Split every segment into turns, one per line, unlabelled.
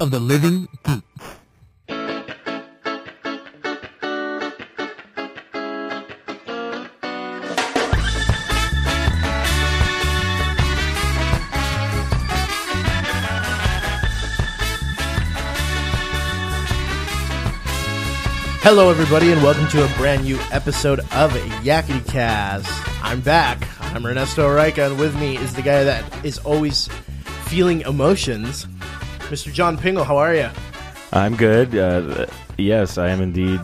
of the living geek.
Hello, everybody, and welcome to a brand new episode of Yakety Cast. I'm back. I'm Ernesto Arica, and with me is the guy that is always feeling emotions, Mr. John Pingle. How are you?
I'm good. Uh, yes, I am indeed.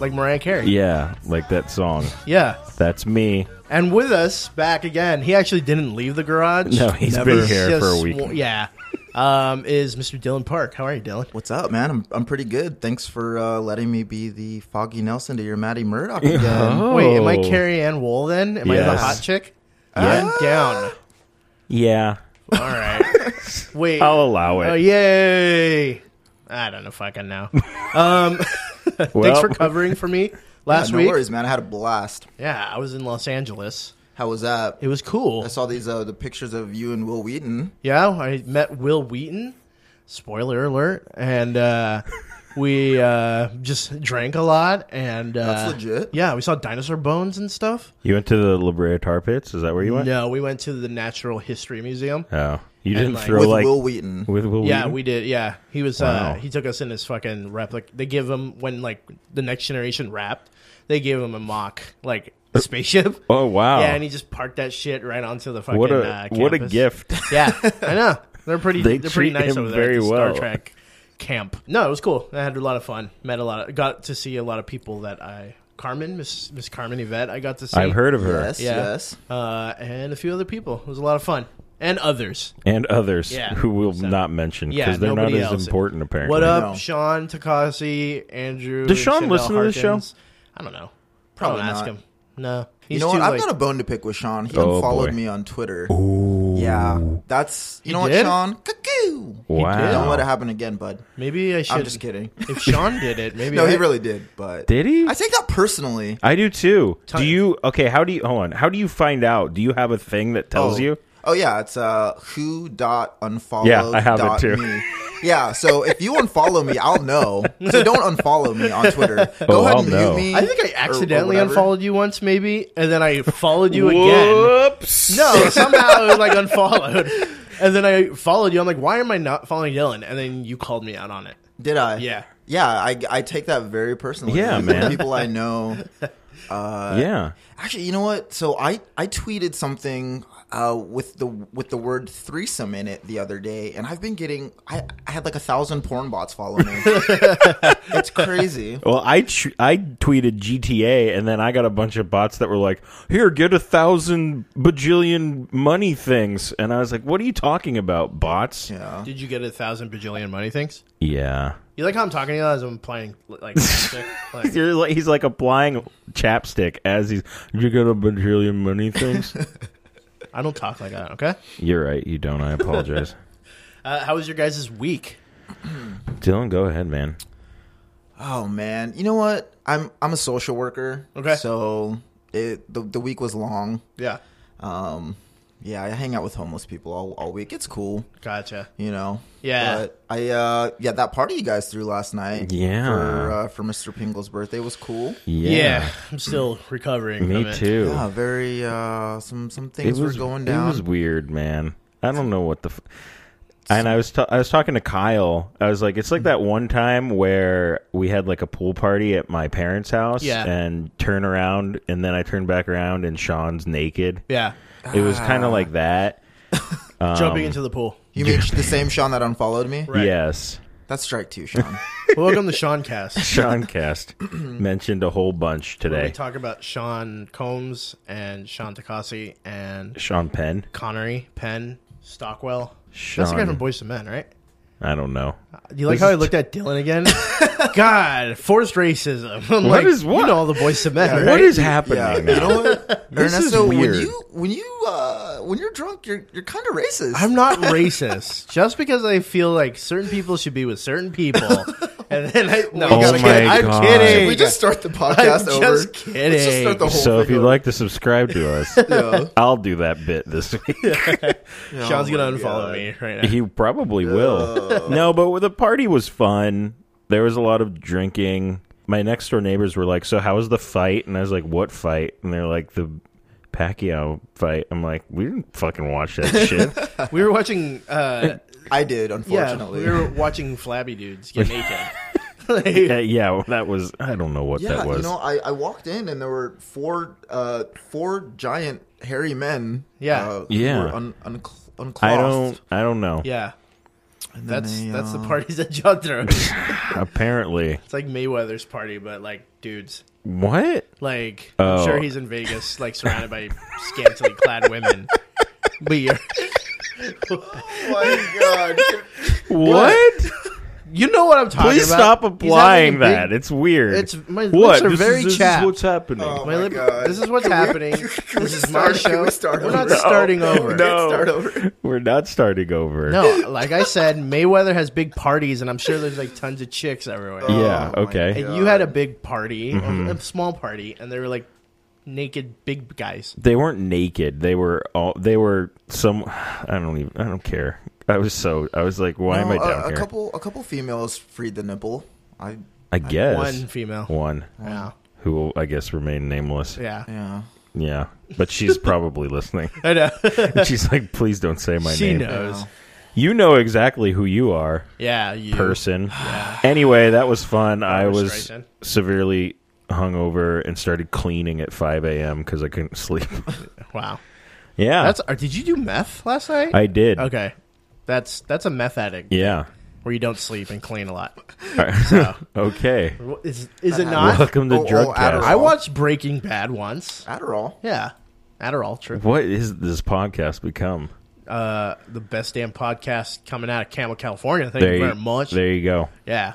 Like Mariah Carey.
Yeah, like that song.
Yeah.
That's me.
And with us back again, he actually didn't leave the garage.
No, he's
he's
been here for a
just-
week.
well, yeah. Um, is Mr. Dylan Park. How are you, Dylan?
What's up, man? I'm, I'm pretty good. Thanks for uh, letting me be the Foggy Nelson to your Maddie Murdoch again.
Wait, am I
Oh.
Carrie Ann Wool then? Am I the
Yes.
hot chick? Yeah. down.
Yeah,
All right. Wait.
I'll allow it.
Oh yay! I don't know if I can now.
Well,
Thanks for covering for me last
no
week.
worries, man. I had a blast.
Yeah, I was in Los Angeles.
How was that?
It was cool.
I saw these uh, the pictures of you and Will Wheaton.
Yeah, I met Will Wheaton. Spoiler alert! And uh, we uh, just drank a lot. And uh,
That's legit.
Yeah, we saw dinosaur bones and stuff.
you went to the La Brea Tar Pits. Is that where you went?
No, we went to the Natural History Museum.
Oh, you didn't
like-
throw
With
like
Will Wheaton.
with Will.
Yeah,
Wheaton?
we did. Yeah, he was. Uh,
Wow.
he took us in his fucking replica. They give him when like the next generation wrapped. They gave him a mock like spaceship.
Oh wow.
Yeah, and he just parked that shit right onto the fucking
what a
uh,
what a
campus.
gift.
Yeah, I know they're pretty.
They
They are pretty
treat
nice
him
over there. Very
very
at the Star
well.
Trek camp. No, it was cool. I had a lot of fun. Met a lot. Of, got to see a lot of people that I Carmen Miss Miss Carmen Yvette. I got to see.
I've heard of her
Yes,
Yeah.
yes.
Uh, and a few other people. It was a lot of fun. And others.
and others
Yeah.
who will
So-
not mention because
Yeah,
they're not
nobody
as
else.
important apparently.
What up,
No.
Sean Takasi, Andrew?
Does Sean
Shandell
listen to this show?
Harkins? I don't know. Probably
Probably
ask
not.
him. No, he's
You know what?
too
I've
like,
got a bone to pick with Sean. He
Oh,
unfollowed
boy.
me on Twitter. Yeah, that's you know
did?
what, Sean. Cuckoo.
Wow.
Don't let it happen again, bud.
Maybe I should.
I'm just kidding.
If Sean did it, maybe
No,
I,
he really did. But
Did he?
I take that personally.
I do too.
Tell-
Do you? Okay. How do you? Hold on. How do you find out? Do you have a thing that tells
oh.
you?
Oh yeah, it's uh who dot unfollow.
Yeah, I have it
dot
too.
Me. Yeah, so if you unfollow me, I'll know. So don't unfollow me on Twitter. Go
Oh,
ahead
I'll
and
know.
mute me.
I think I
or- or
accidentally
whatever.
unfollowed you once, maybe, and then I followed you again.
Whoops.
No, somehow it was like unfollowed, and then I followed you. I'm like, why am I not following Dylan? And then you called me out on it.
Did I?
Yeah.
Yeah, I, I take that very personally.
Yeah,
Even
man.
People I know.
Uh,
yeah.
Actually, you know what? So I I tweeted something uh, with the with the word threesome in it the other day, and I've been getting I, I had like a thousand porn bots follow me. it's crazy.
Well, I tr- I tweeted GTA, and then I got a bunch of bots that were like, "Here, get a thousand bajillion money things," and I was like, "What are you talking about, bots?" Yeah,
Yeah.
Did you get a thousand bajillion money things? You like how I'm talking to you as I'm playing like, like
You're like, he's like applying chapstick as he's. You get a bajillion money things.
I don't talk like that. Okay.
You're right. You don't. I apologize.
Uh, how was your guys' week?
Dylan, go ahead, man.
Oh man, you know what? I'm I'm a social worker.
Okay.
So it the the week was long.
Yeah.
Um, yeah, I hang out with homeless people all all week. It's cool,
Gotcha.
you know.
Yeah.
But I uh yeah that party you guys threw last night.
Yeah.
For uh, for Mr. Pingle's birthday was cool.
Yeah.
Yeah. I'm still recovering.
Me
from it.
too.
Yeah, very uh some some things were going down.
It was weird, man. I don't know what the. F- and I was ta- I was talking to Kyle. I was like, it's
Hmm.
like that one time where we had like a pool party at my parents' house,
Yeah.
and turn around, and then I turn back around, and Sean's naked.
Yeah.
It was kind
Ah.
of like that. Um,
Jumping into the pool.
you mean the same Sean that unfollowed me?
Right.
Yes,
That's strike two, Sean.
Welcome to Sean Cast.
Sean Cast mentioned a whole bunch
Where we
today.
talk about Sean Combs and Sean Takasi and
Sean Penn.
Connery, Penn, Stockwell. That's the guy
Sean.
from Boys and Men, right?
I don't know.
Uh,
Do you like
This
how
is
I looked at Dylan again? God, forced racism. I'm
What
like,
is what?
You know all the Boys and Men, right?
What is
yeah,
happening?
you
now?
know what?
This is
Ernesto,
weird.
when you when you uh when you're drunk, you're you're kind of racist.
I'm not racist. Just because I feel like certain people should be with certain people And then I no,
We
I'm
gotta
kidding.
get-
I'm
Oh God.
kidding.
Should we just start the
I'm
podcast
just
over?
kidding.
Let's just start the whole
So if
thing
you'd
over.
like to subscribe to us,
Yeah.
I'll do that bit this week.
Sean's
Oh
gonna
my
unfollow
God.
me right now.
He probably will. No, but the party was fun. There was a lot of drinking. My next door neighbors were like, "So how was the fight?" And I was like, "What fight?" And they're like, "The Pacquiao fight." I'm like, "We didn't fucking watch that shit."
we were watching. Uh,
I did,
yeah,
unfortunately.
we were watching Flabby Dudes get naked.
yeah, yeah, that was. I don't know what
Yeah,
that was.
you know, I, I walked in and there were four uh four giant hairy men.
Yeah.
uh, who
Yeah.
were un, un, unclothed.
I don't. I don't know.
yeah, that's
they,
that's the
uh,
parties that John throws.
Apparently,
It's like Mayweather's party, but like dudes.
what?
Like
Oh.
I'm sure he's in Vegas, like surrounded by scantily clad women. But you're,
Oh my god!
What?
you know what I'm talking
Please
about.
stop applying
He's having a
that.
big-
it's weird.
It's- my lips
what?
are
This
very
is, this is
chapped.
what's happening.
Oh
My
my
lip-
God.
this is what's happening. this is my
start- can
show.
we start
We're not
over? No.
starting over.
No.
Start over.
We're not starting over.
No, like I said, Mayweather has big parties, and I'm sure there's like tons of chicks everywhere.
Yeah. Mm-hmm.
Oh my
okay.
and you had a big party, a- a small party, and they were like naked big guys.
They weren't naked. They were all. They were some. I don't even. I don't care. I was so. I was like, why am I
No, a-
down
a,
here?
couple a couple females freed the nipple. I
I guess
One female.
One
Yeah.
who will, I guess, remain nameless.
Yeah.
yeah.
Yeah. But she's probably listening.
I know.
she's like, please don't say my
she
name.
knows.
You know exactly who you are.
Yeah, you.
person. Anyway, that was fun. I
Barbra
was
Streisand.
severely hungover and started cleaning at 5 a.m. because I couldn't sleep.
Wow.
yeah,
That's. Or did you do meth last night?
I did.
Okay. That's that's a meth addict
Yeah.
where you don't sleep and clean a lot.
Okay.
Is is it
Adderall.
not?
Welcome to
Oh, oh,
Drug Cast.
Adderall.
I watched Breaking Bad once.
Adderall.
Yeah. Adderall, true.
What is this podcast become?
Uh, the best damn podcast coming out of Campbell, California. Thank
There
you
you,
very much.
there you go.
Yeah.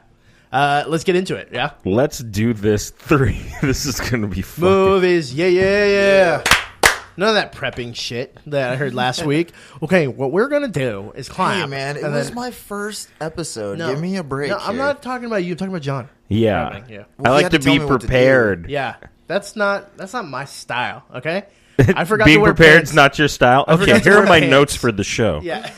Uh, let's get into it. Yeah.
Let's do this three. this is going to be fun.
Movies. Yeah, yeah, yeah. None of that prepping shit that I heard last week. Okay, what we're gonna do is clap.
Hey man, it
and
was
then-
my first episode.
No.
Give me a break.
No, I'm
here.
not talking about you. I'm talking about John.
Yeah.
Yeah.
I
Well, you
like
had
to
to tell
be
me what to do.
prepared.
Yeah, that's not that's not my style. Okay, I forgot
Being
to wear
prepared's
pants.
not your style. Okay,
forgot to
here are
wear
my
pants.
notes for the show.
Yeah.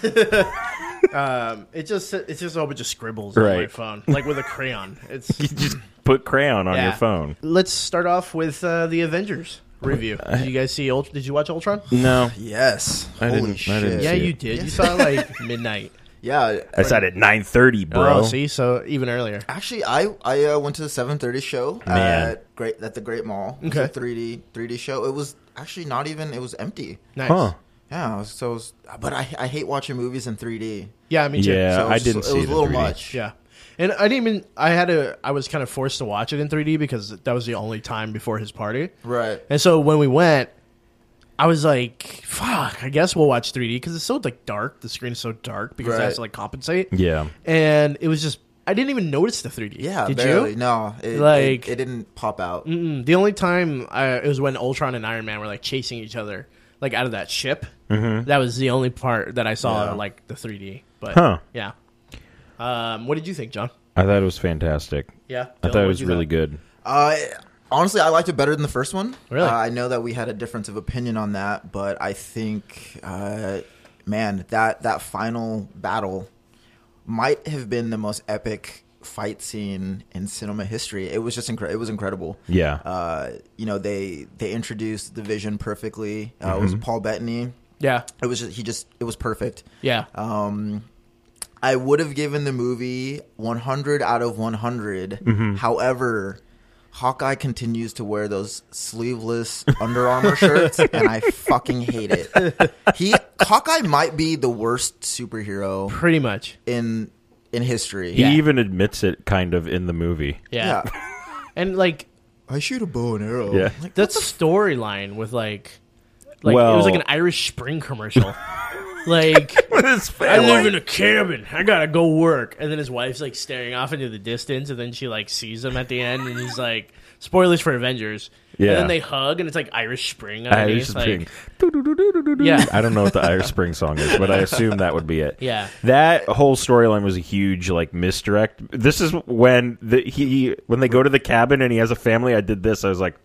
um, it just it's just a whole bunch of scribbles on my
Right.
phone, like with a crayon. It's
You just put crayon on
yeah.
your phone.
Let's start off with uh, the Avengers review. Did you guys see? Ult- did you watch Ultron?
No,
Yes.
I
Holy
didn't-
shit.
I didn't
Yeah,
see it.
you did. You saw it like midnight.
Yeah.
I said at nine thirty, bro.
Oh, see, so even earlier.
Actually, I I uh, went to the 7:30 show
Man.
at great at the Great Mall. It was
Okay.
a 3D 3D show. It was actually not even. It was empty.
Nice.
Huh.
Yeah. it was- So, it was, but I I hate watching movies in 3D.
Yeah, me too.
Yeah.
So it was
I
just-
didn't
It
see
was
it
a
in
little
3D.
much.
Yeah. And I didn't even I had a I was kind of forced to watch it in 3D because that was the only time before his party.
Right.
And so when we went, I was like, "Fuck, I guess we'll watch 3D because it's so like dark. The screen is so dark because it
Right.
has to like compensate."
Yeah.
And it was just I didn't even notice the 3D.
Yeah.
did
barely.
you?
No. It,
Like-
it, it didn't pop out.
Mm, The only time I, it was when Ultron and Iron Man were like chasing each other like out of that ship. Mm-hmm. That was the only part that I saw
Yeah.
like the 3D. But
Huh.
yeah. Um, what did you think, John?
I thought it was fantastic.
Yeah,
I
Dylan,
thought it
what'd
was
you
really
thought?
good.
Uh, honestly, I liked it better than the first one.
Really?
Uh, I know that we had a difference of opinion on that, but I think, uh, man, that that final battle might have been the most epic fight scene in cinema history. It was just incredible. It was incredible.
Yeah.
Uh, you know, they they introduced the vision perfectly. Uh, It was Paul Bettany.
Yeah.
It was just, he just it was perfect.
Yeah.
Um, I would have given the movie 100 out of 100. However, Hawkeye continues to wear those sleeveless Under Armour shirts, and I fucking hate it. He Hawkeye might be the worst superhero
Pretty much.
in in history.
Yeah.
He even admits it kind of in the movie.
Yeah. And like
I shoot a bow and arrow.
Oh
Yeah.
Like,
that's a storyline with like like it was
Well-
like an Irish Spring commercial. like I live in a cabin. I gotta go work. And then his wife's like staring off into the distance, and then she like sees him at the end, and he's like, spoilers for Avengers.
Yeah.
And then they hug, and it's like Irish Spring.
Irish
Underneath.
Spring.
Like,
yeah.
Yeah.
I don't know what the Irish Spring song is, but I assume that would be it.
Yeah.
That whole storyline was a huge like misdirect. This is when the he when they go to the cabin and he has a family. I did this. I was like,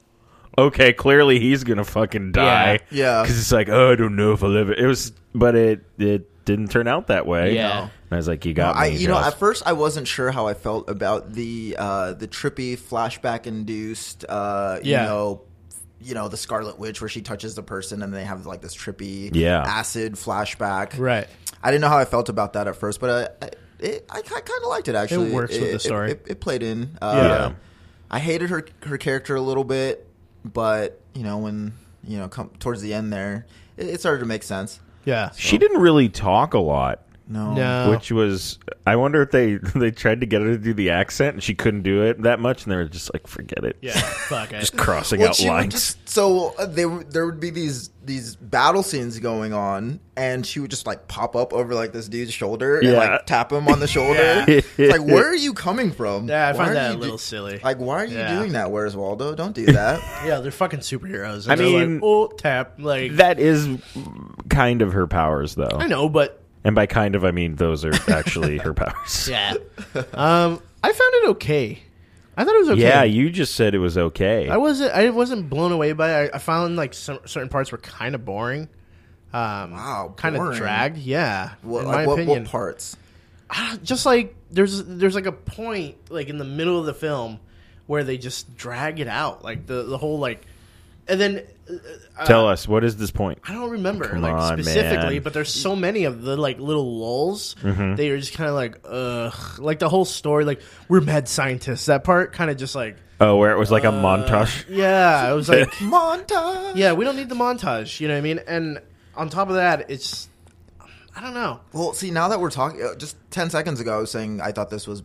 okay, clearly he's gonna fucking die.
Yeah. Yeah.
Because it's like, oh, I don't know if I live it. It was, but it it didn't turn out that way.
Yeah. No.
And I was like, you got
I,
me.
you know,
Joss.
at first I wasn't sure how I felt about the uh, the trippy flashback induced, uh,
Yeah.
you know, you know the Scarlet Witch where she touches the person and they have like this trippy
Yeah.
acid flashback.
Right.
I didn't know how I felt about that at first, but uh, I I, it, I, kind of liked it actually.
works with the story.
It, it played in.
Yeah.
Uh, I hated her her character a little bit, but you know when you know come towards the end there, it, it started to make sense.
Yeah.
she didn't really talk a lot.
No.
No.
Which was, I wonder if they they tried to get her to do the accent and she couldn't do it that much, and they were just like, forget it.
yeah. Fuck it.
just crossing
Well,
out
she would
lines.
just- so uh, they, were- there would be these these battle scenes going on, and she would just like pop up over like this dude's shoulder and
Yeah.
like tap him on the shoulder.
Yeah.
It's like, where are you coming from?
Yeah, I
Why
find
are
that a
you do-
little silly.
Like, why are you
Yeah.
doing that? Where's Waldo? Don't do that.
yeah, they're fucking superheroes.
I
And I mean,
mean-
like, oh tap, like
that is kind of her powers, though.
I know, but
And by kind of, I mean those are actually her powers.
yeah. um, I found it okay. I thought it was okay.
Yeah, you just said it was okay.
I wasn't. I wasn't blown away by it. I, I found like some certain parts were kind of boring. Um,
Wow,
kind of
boring.
dragged. Yeah,
what,
in
like,
my
what,
opinion. Ah,
what parts?
just like there's there's like a point like in the middle of the film where they just drag it out like the the whole like and then uh,
Tell us, what is this point?
I don't remember
Come
like
on,
specifically,
man.
but there's so many of the like little lulls.
Mm-hmm.
They are just kind of like ugh, like the whole story. Like we're mad scientists. That part kind of just like
Oh, where it was like a
Uh,
montage.
yeah, I was like
Montage.
yeah, we don't need the montage. You know what I mean? And on top of that, it's I don't know.
Well, see, now that we're talking, uh, just ten seconds ago, I was saying I thought this was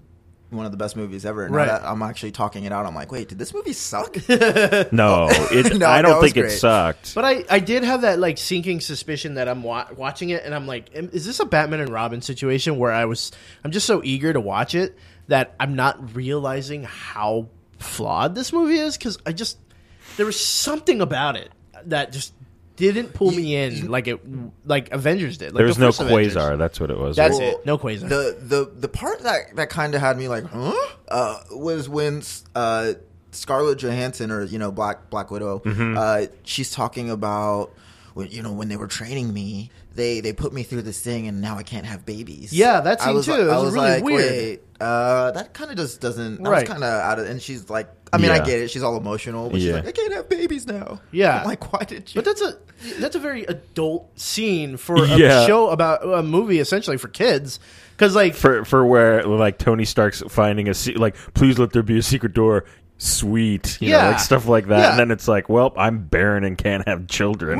one of the best movies ever. And
Right.
Now that I'm actually talking it out. I'm like, wait, did this movie suck?
No, it,
No,
I
that
don't
was
think it
great.
sucked.
But I, I did have that like sinking suspicion that I'm wa- watching it and I'm like, "Am- is this a Batman and Robin situation where I was I'm just so eager to watch it that I'm not realizing how flawed this movie is because I just there was something about it that just didn't pull me in like it like Avengers did. Like
there was
the
no
first Avengers.
quasar. That's what it was.
That's
right?
it. No quasar.
The the the part that that kind of had me like, huh? Uh, was when uh, Scarlett Johansson or you know Black Black Widow,
Mm-hmm.
uh, she's talking about when you know when they were training me, they they put me through this thing and now I can't have babies.
Yeah, that
I
scene
was,
too.
like-
That
I
was
was
really
like,
weird.
wait, uh, that kind of just doesn't. That
Right.
was kind of out of. And she's like, I mean,
Yeah.
I get it. She's all emotional, but
Yeah.
she's like, I can't have babies now.
Yeah.
I'm like, why did you?
But that's a that's a very adult scene for a
Yeah.
show about a movie essentially for kids because like
for for where like Tony Stark's finding a se- like please let there be a secret door sweet you know
Yeah.
like stuff like that
Yeah.
and then it's like well I'm barren and can't have children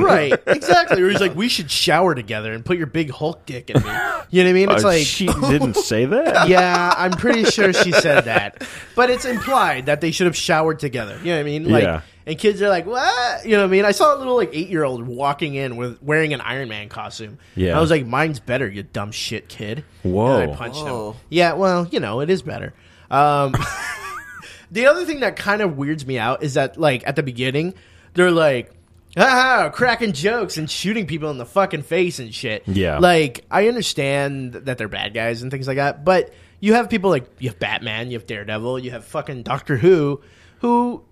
Right, exactly. Or he's like, we should shower together and put your big Hulk dick in me. You know what I mean? It's
Uh,
like,
she didn't say that
yeah, I'm pretty sure she said that, but it's implied that they should have showered together. You know what I mean? Like,
Yeah.
and kids are like, what? You know what I mean? I saw a little like eight year old walking in with wearing an Iron Man costume.
Yeah.
I was like, mine's better, you dumb shit kid.
Whoa.
and I punched
Whoa.
him. Yeah, well, you know, it is better. Um, the other thing that kind of weirds me out is that like at the beginning they're like ah, cracking jokes and shooting people in the fucking face and shit
Yeah.
like i understand that they're bad guys and things like that but you have people like you have batman you have daredevil you have fucking doctor who who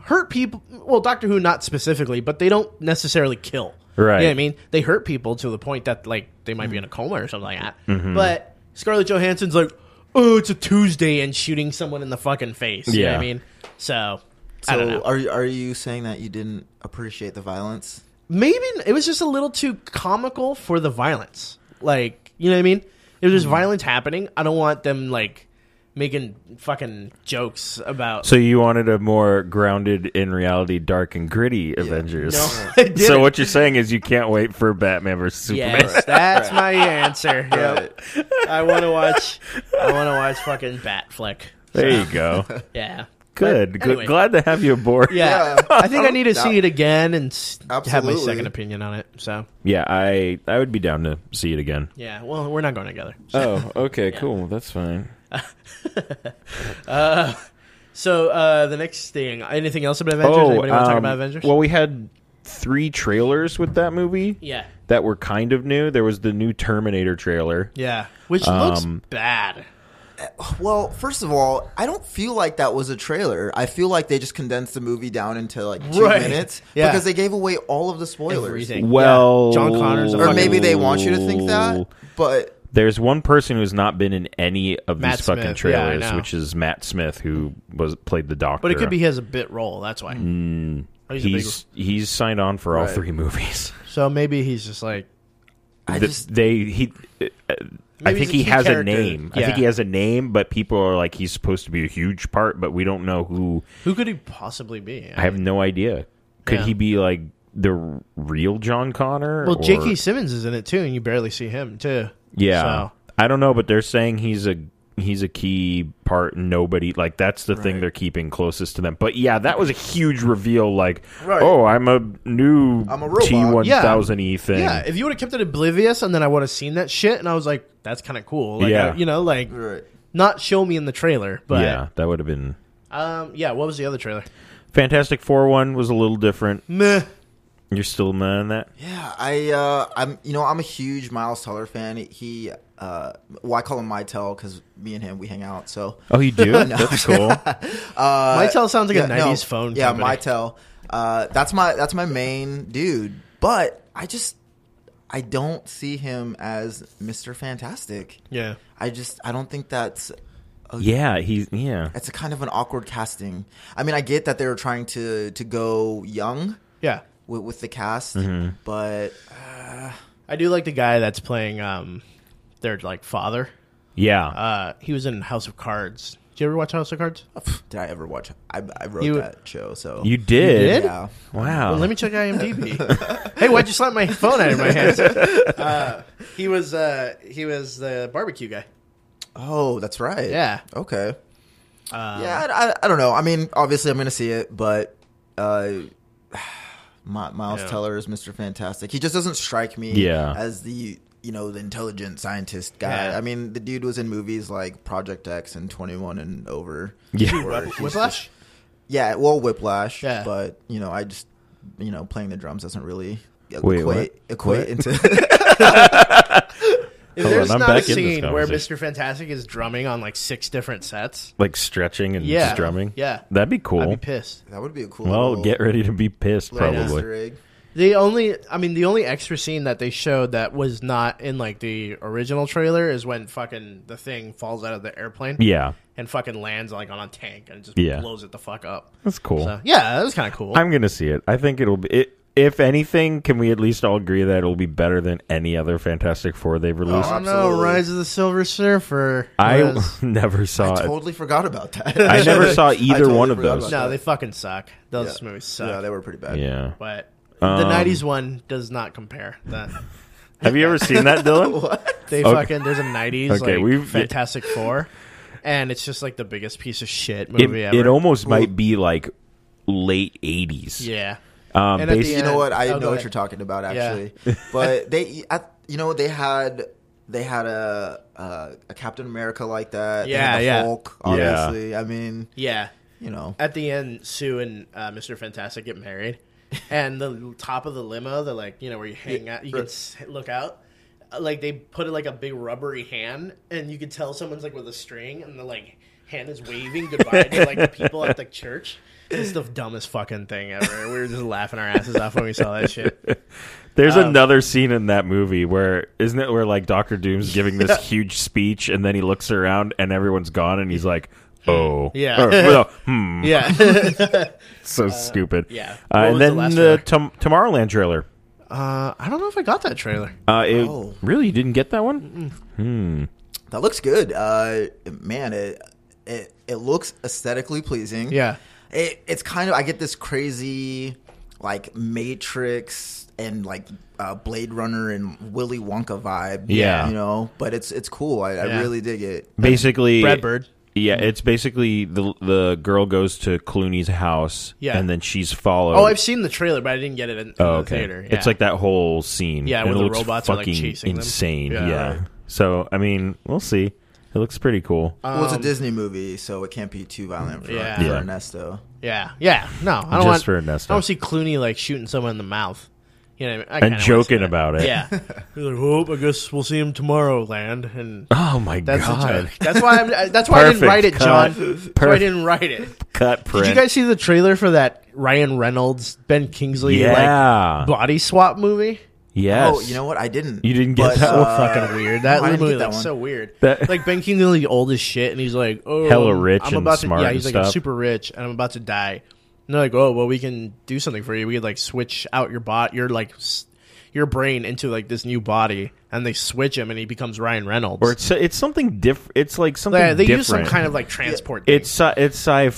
hurt people well doctor who not specifically but they don't necessarily kill
Right.
you know what i mean they hurt people to the point that like they might be in a coma or something like that
Mm-hmm.
but scarlett johansson's like oh it's a tuesday and shooting someone in the fucking face you know what i
Yeah.
mean so, I don't
so
know.
are you- are you saying that you didn't appreciate the violence?
Maybe it was just a little too comical for the violence. Like, you know what I mean? If
Mm-hmm.
there's violence happening, I don't want them like making fucking jokes about.
so you wanted a more grounded in reality dark and gritty Avengers
No, I didn't.
so what you're saying is you can't wait for Batman versus Superman
yes, that's my answer. Yep. I want to watch. I want to watch fucking Bat Flick.
there you go
Yeah.
good
But
good
anyway.
glad to have you aboard
Yeah.
Yeah.
I think I need to see it again and s- have my
Absolutely.
second opinion on it. So
yeah I I would be down to see it again
yeah. Well, we're not going together.
oh okay cool that's fine
So uh, the next thing, anything else about Avengers? Anybody want to talk
um,
about Avengers?
Well, we had three trailers with that movie
yeah,
that were kind of new. There was the new Terminator trailer.
yeah, which
Um,
looks bad.
Well, first of all, I don't feel like that was a trailer. I feel like they just condensed the movie down into like two
Right.
minutes
Yeah.
because they gave away all of the spoilers.
Everything.
Well,
Yeah. John Connor's a
Or
fucking-
maybe they want you to think that, but
There's one person who's not been in any of
Matt
these fucking
Smith. Yeah, I
trailers,
know.
which is Matt Smith, who was played the doctor.
but it could be he has a bit role. That's why. Or he's a big-
Mm, he's he's signed on for all three movies.
so maybe he's just like
I
The-
just
they he. uh, I
Maybe he's
think
a
he
key
has
character.
a name. I
Yeah.
think he has a name, but people are like he's supposed to be a huge part, but we don't know who.
Who could he possibly be?
I have no idea. Could
Yeah.
he be like the r- real John Connor?
well,
or-
J.K. Simmons is in it too, and you barely see him too.
Yeah,
So,
I don't know, but they're saying he's a he's a key part. Nobody like that's the thing they're keeping closest to them. But yeah, that was a huge reveal. Like,
Right.
oh, I'm a new
I'm a robot.
T one
Yeah.
thousand E thing.
yeah, if you would have kept it oblivious, and then I would have seen that shit, and I was like, that's kind of cool. Like,
Yeah.
I- you know, like
right.
not show me in the trailer, but
yeah, that would have been
um, yeah. What was the other trailer?
Fantastic Four. One was a little different.
Meh.
You're still mad on that?
Yeah, I uh, I'm you know I'm a huge Miles Teller fan. He uh, well I call him Mytel because me and him we hang out. So
Oh, you do? That's cool.
uh,
Mytel sounds like a
no,
90s phone
Yeah,
company.
Mytel. Uh, that's my that's my main dude. But I just I don't see him as Mister Fantastic.
Yeah.
I just I don't think that's
Oh,
yeah, he's yeah.
that's a kind of an awkward casting. I mean, I get that they were trying to to go young
Yeah.
with, with the cast, but
I do like the guy that's playing um their like father.
Yeah.
Uh he was in House of Cards. Did you ever watch House of Cards?
did I ever watch? I, I wrote
You-
that show, so
you did?
did?
yeah.
Wow.
Well, Oh, let me check IMDb. hey, why'd you slap my phone out of my hands? Uh, he was uh he was the barbecue guy.
Oh, that's right.
Yeah.
Okay.
Uh,
yeah, I, I, I don't know. I mean, obviously, I'm going to see it, but uh, my, Miles
Yeah.
Teller is Mr. Fantastic. He just doesn't strike me
Yeah.
as the you know the intelligent scientist guy.
Yeah.
I mean, the dude was in movies like Project X and 21 and Over.
Yeah.
where he's just-
Whiplash?
yeah, well, Whiplash.
Yeah.
but you know, I just you know playing the drums doesn't really
Wait,
equate
what?
equate
What?
into.
If
Hold
there's
on, I'm
not a
back in this
scene where
conversation.
Mr. Fantastic is drumming on like six different sets,
like stretching and
Yeah.
just drumming.
Yeah.
That'd be
I'd
cool.
be pissed.
that would be a cool.
well,
little
get ready to be pissed
little
probably.
Easter egg.
The only, I mean, the only extra scene that they showed that was not in like the original trailer is when fucking the thing falls out of the airplane
Yeah.
and fucking lands like on a tank and just
Yeah.
blows it the fuck up.
That's cool.
So, yeah, that was kind of cool.
I'm gonna see it. I think it'll be. It, if anything, can we at least all agree that it'll be better than any other Fantastic Four they've released?
I
Oh,
don't know.
absolutely.
Rise of the Silver Surfer.
I
was-
never saw
I
it.
totally forgot about that.
Uh, I never saw either
totally
one of
forgot
those.
about
no, they fucking suck. Those
Yeah.
movies suck.
Yeah, they were pretty bad.
Yeah.
but the
Um,
'90s one does not compare. That
Have you ever seen that, Dylan?
they
Okay.
fucking there's a '90s
Okay,
like
we've-
Fantastic Four, and it's just like the biggest piece of shit
it,
movie ever.
it almost might be like late '80s.
yeah.
Um,
And at the
basi-
You know what? I
Oh, go
know what
ahead.
you're talking about
Yeah.
actually. but they, at, you know, they had they had a uh, a Captain America like that. They had
Yeah,
the
yeah.
Hulk,
Yeah.
obviously. I mean,
Yeah.
you know,
At the end, Sue and uh, Mr. Fantastic get married, and the top of the limo, the like you know where you hang out, you can s- look out. uh, Like they put like a big rubbery hand, and you can tell someone's like with a string, and the like hand is waving goodbye to like the people at the church. It's the dumbest fucking thing ever. We were just laughing our asses off when we saw that shit.
There's
um,
another scene in that movie where isn't it where like Doctor Doom's giving this huge speech and then he looks around and everyone's gone and he's like, "Oh,
Yeah.
Or, no, hmm,
Yeah.
so stupid."
yeah.
Uh,
What
and
was the
then
last
the, Tom- Tomorrowland trailer.
uh, I don't know if I got that trailer.
Uh, it,
Oh.
Really, you didn't get that one?
that looks good. Uh, man, it it it looks aesthetically pleasing.
Yeah.
it, it's kind of I get this crazy like Matrix and like uh, Blade Runner and Willy Wonka vibe.
Yeah.
you know, but it's it's cool. I,
Yeah.
I really dig it.
Basically,
Brad Bird.
Yeah, it's basically the the girl goes to Clooney's house,
Yeah.
and then she's followed.
Oh, I've seen the trailer, but I didn't get it in, in
Oh,
the
okay.
theater.
It's
Yeah.
like that whole scene.
Yeah,
and
where
it
the
looks
robots are, like,
fucking
chasing them.
insane.
Yeah.
Yeah.
Right.
So I mean, we'll see. It looks pretty cool.
Uh,
well, it's a Disney movie, so it can't be too violent for,
Um, Yeah.
for
Yeah.
Ernesto.
Yeah, yeah. No, I don't
Just
want.
for Ernesto.
I don't see Clooney like shooting someone in the mouth. You know, what I mean? I kinda
and
wanna
joking
see that.
about it.
Yeah, You're like, "Hope, I guess we'll see him tomorrow, land." And
Oh my
that's a
god.
joke. That's why I'm. I- That's why I didn't
Perfect
write it, John.
cut.
That's why I didn't write it.
Cut print.
Did you guys see the trailer for that Ryan Reynolds, Ben Kingsley,
Yeah.
like body swap movie?
yes.
Oh, you know what? I didn't.
You didn't get
But,
that
uh,
one?
Fucking weird. That
I didn't
movie
get that
looks
one.
so weird.
That-
like Ben Kingsley, old as shit, and he's like, oh,
Hella rich
I'm
and
about
smart
To, yeah,
and
he's like
stuff.
I'm super rich, and I'm about to die. And they're like, oh, well, we can do something for you. We could like switch out your bot, your like s- your brain into like this new body, and they switch him, and he becomes Ryan Reynolds.
or it's it's something different. It's like something
they, they
different.
use some kind of like transport. thing.
it's sci- it's sci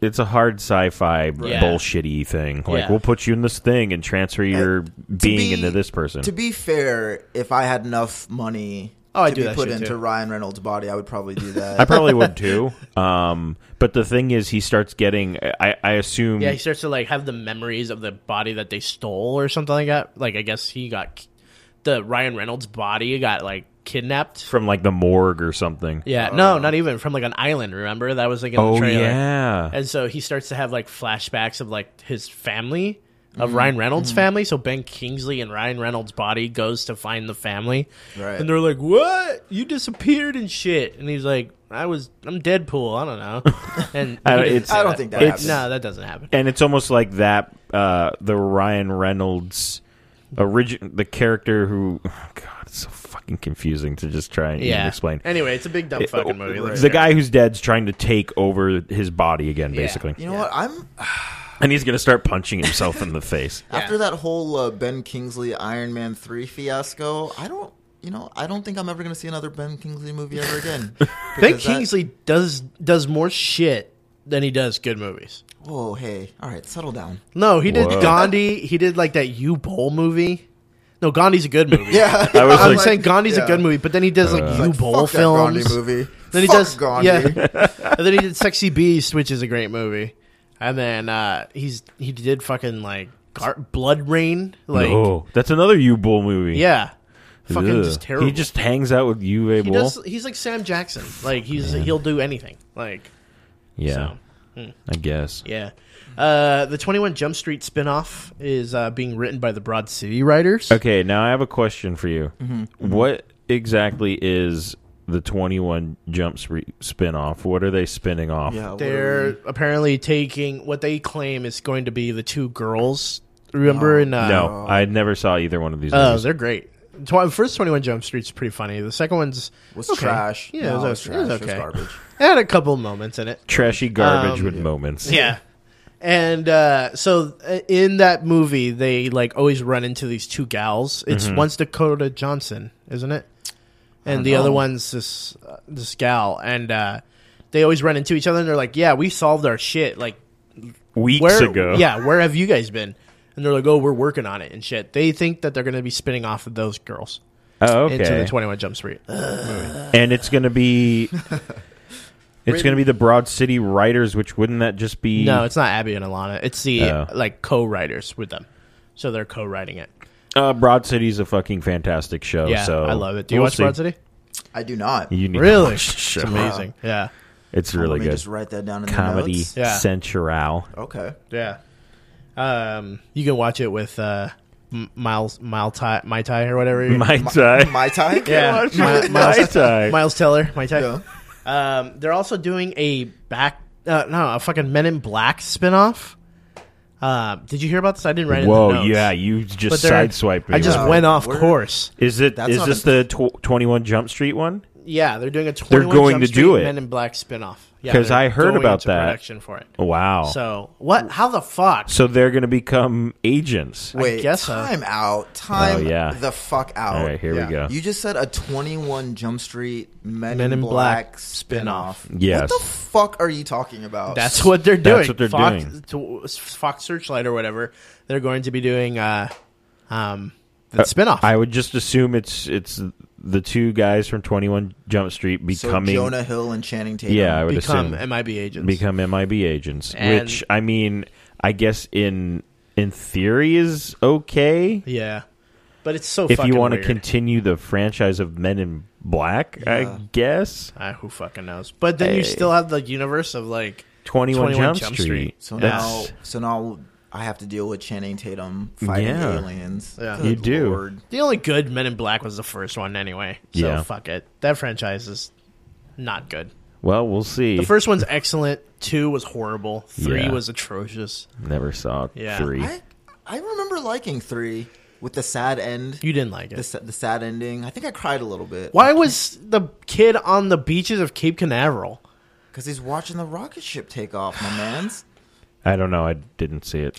it's a hard sci-fi
Yeah. Uh,
bullshitty thing. Like
Yeah.
we'll put you in this thing and transfer your being
be-
into this person.
To be fair, if I had enough money
Oh, I
to
do
be
that
put
shit,
into
too.
Ryan Reynolds' body, I would probably do
I
that.
probably would too. Um, but the thing is, he starts getting. I, I assume.
Yeah, he starts to like have the memories of the body that they stole or something like that. Like I guess he got ki- the Ryan Reynolds body got like kidnapped.
from like the morgue or something.
Yeah, no, not even from like an island. Remember that was like in the
Oh
trailer.
yeah.
And so he starts to have like flashbacks of like his family of
Mm-hmm.
Ryan Reynolds' family. So Ben Kingsley and Ryan Reynolds' body goes to find the family,
Right.
and they're like, "What? You disappeared and shit?" And he's like, "I was, I'm Deadpool. I don't know." And
I
he
don't-
didn't
it's-
say
I don't think that
but-
happens.
No, that doesn't happen.
And it's almost like that. Uh, the Ryan Reynolds origin, the character who. God, it's so fucking confusing to just try and even
Yeah.
explain. oh,
Anyway, it's a big dumb fucking movie. Let's
The
go.
guy who's dead's trying to take over his body again, basically,
you know what? I'm
and he's gonna start punching himself in the face.
after that whole uh, Ben Kingsley Iron Man three fiasco. I don't. You know, I don't think I'm ever going to see another Ben Kingsley movie ever again.
Ben
Because that-
Kingsley does does more shit than he does good movies.
Whoa, hey, all right, settle down.
No, he did
Whoa.
Gandhi. He did like that U Bowl movie. No, Gandhi's a good movie.
Yeah,
I was
I'm
like-
saying Gandhi's
yeah.
a good movie, but then he does
Uh,
like U
Like,
Bowl
fuck that Gandhi
films.
movie.
Then he
Fuck
does
Gandhi.
yeah. and then he did Sexy Beast, which is a great movie. And then uh, he's he did fucking like Gar- Blood Rain, like
oh, that's another U Bull movie.
yeah, fucking
Ugh.
just terrible.
He just hangs out with Uwe
he
Boll.
does, he's like Sam Jackson, like he's he'll do anything, like
yeah,
so.
I guess.
Yeah. Uh, the 21 Jump Street spinoff is uh, being written by the Broad City writers.
Okay, now I have a question for you. What exactly is the Twenty One Jump Street spinoff? What are they spinning off?
Yeah, what are
They're apparently taking what they claim is going to be the two girls. Remember in uh,
No, I never saw either one of these.
Oh,
movies.
they're great. Tw- first 21 Jump Street's pretty funny. The second one's
we- was
okay.
trash.
Yeah,
No,
it, was,
trash.
it was
It was
okay.
garbage.
It had a couple moments in it.
Trashy garbage
Um,
with moments.
Yeah. And uh, so uh, in that movie, they like always run into these two gals. It's one's Dakota Johnson, isn't it? And the other one's this uh, this gal, and uh, they always run into each other. And they're like, "Yeah, we solved our shit. Like,
Weeks
where?
ago.
Yeah, where have you guys been?" And they're like, "Oh, we're working on it and shit." They think that they're going to be spinning off of those girls
Oh,
into the
okay.
Twenty One Jump Street.
and it's gonna be. It's going to be the Broad City Writers, which wouldn't that just be?
No, it's not Abby and Alana. It's the
Oh.
like co-writers with them, so they're co-writing it.
uh, Broad City's a fucking fantastic show.
Yeah,
Oh, so
I love it. Do you
we'll
watch Broad
see.
City?
I do not.
You need to
Really?
watch the show.
It's amazing. Yeah.
It's really
Let me
good.
just write that down in the
Comedy
notes.
Yeah.
sensual.
Okay.
Yeah. Um, you can watch it with uh, M- Miles Mile Ty My Tai or whatever.
My tie.
My time.
yeah,
watch it
Mi-
with Mai
Miles,
Tai.
Miles Teller, My Tai.
Yeah.
Um, they're also doing a back uh, no a fucking Men in Black spinoff. Uh, did you hear about this? I didn't write it. In the
Whoa,
notes.
yeah, you
But
just
they're-
sideswiped me.
I just
with-
went off
Where-
course.
Is it?
That's
Is
not
this the tw- Twenty One Jump Street one?
Yeah, they're doing a. 21
going
Jump
to
Street
do it.
Men in Black spinoff. Yeah,
'Cause
they're
I heard
going
about
into
that. Oh,
production for it.
Wow. So,
So what? How the fuck?
they're going to become agents.
Wait.
guess so.
time out. Time.
Oh, yeah.
The fuck out.
All right, here
Yeah.
we go.
You just said a 21 Jump Street Men,
Men
in,
in
Black,
Black
spin-off.
spin-off.
Yes.
What the fuck are you talking about?
That's what they're doing.
That's what they're
Fox,
doing.
to- Fox Searchlight or whatever. They're going to be doing uh, um, the spinoff.
Uh, I would just assume it's it's the two guys from Twenty One Jump Street
so
becoming.
Jonah Hill and Channing Tatum.
yeah, I would
become
assume
MIB agents.
become MIB agents.
And-
which I mean, I guess in in theory is okay
yeah, but it's so.
if
fucking
you want to
weird.
continue the franchise of Men in black,
Yeah.
I guess.
Ah, who fucking knows? But then you
Hey.
still have the universe of like
21,
21
Jump,
Jump
Street.
Street.
So
That's-
now, so now I have to deal with Channing Tatum fighting
Yeah.
aliens.
Yeah.
You
Good
do.
Lord.
the only good Men in Black was the first one anyway. So
Yeah.
fuck it. That franchise is not good.
Well, we'll see.
The first one's excellent. Two was horrible. Three
Yeah.
was atrocious.
Never saw
Yeah.
three.
I I remember liking three with the sad end.
You didn't like it.
the, sa- the sad ending. I think I cried a little bit.
Why was the kid on the beaches of Cape Canaveral?
Because he's watching the rocket ship take off, my man's.
I don't know. I didn't see it.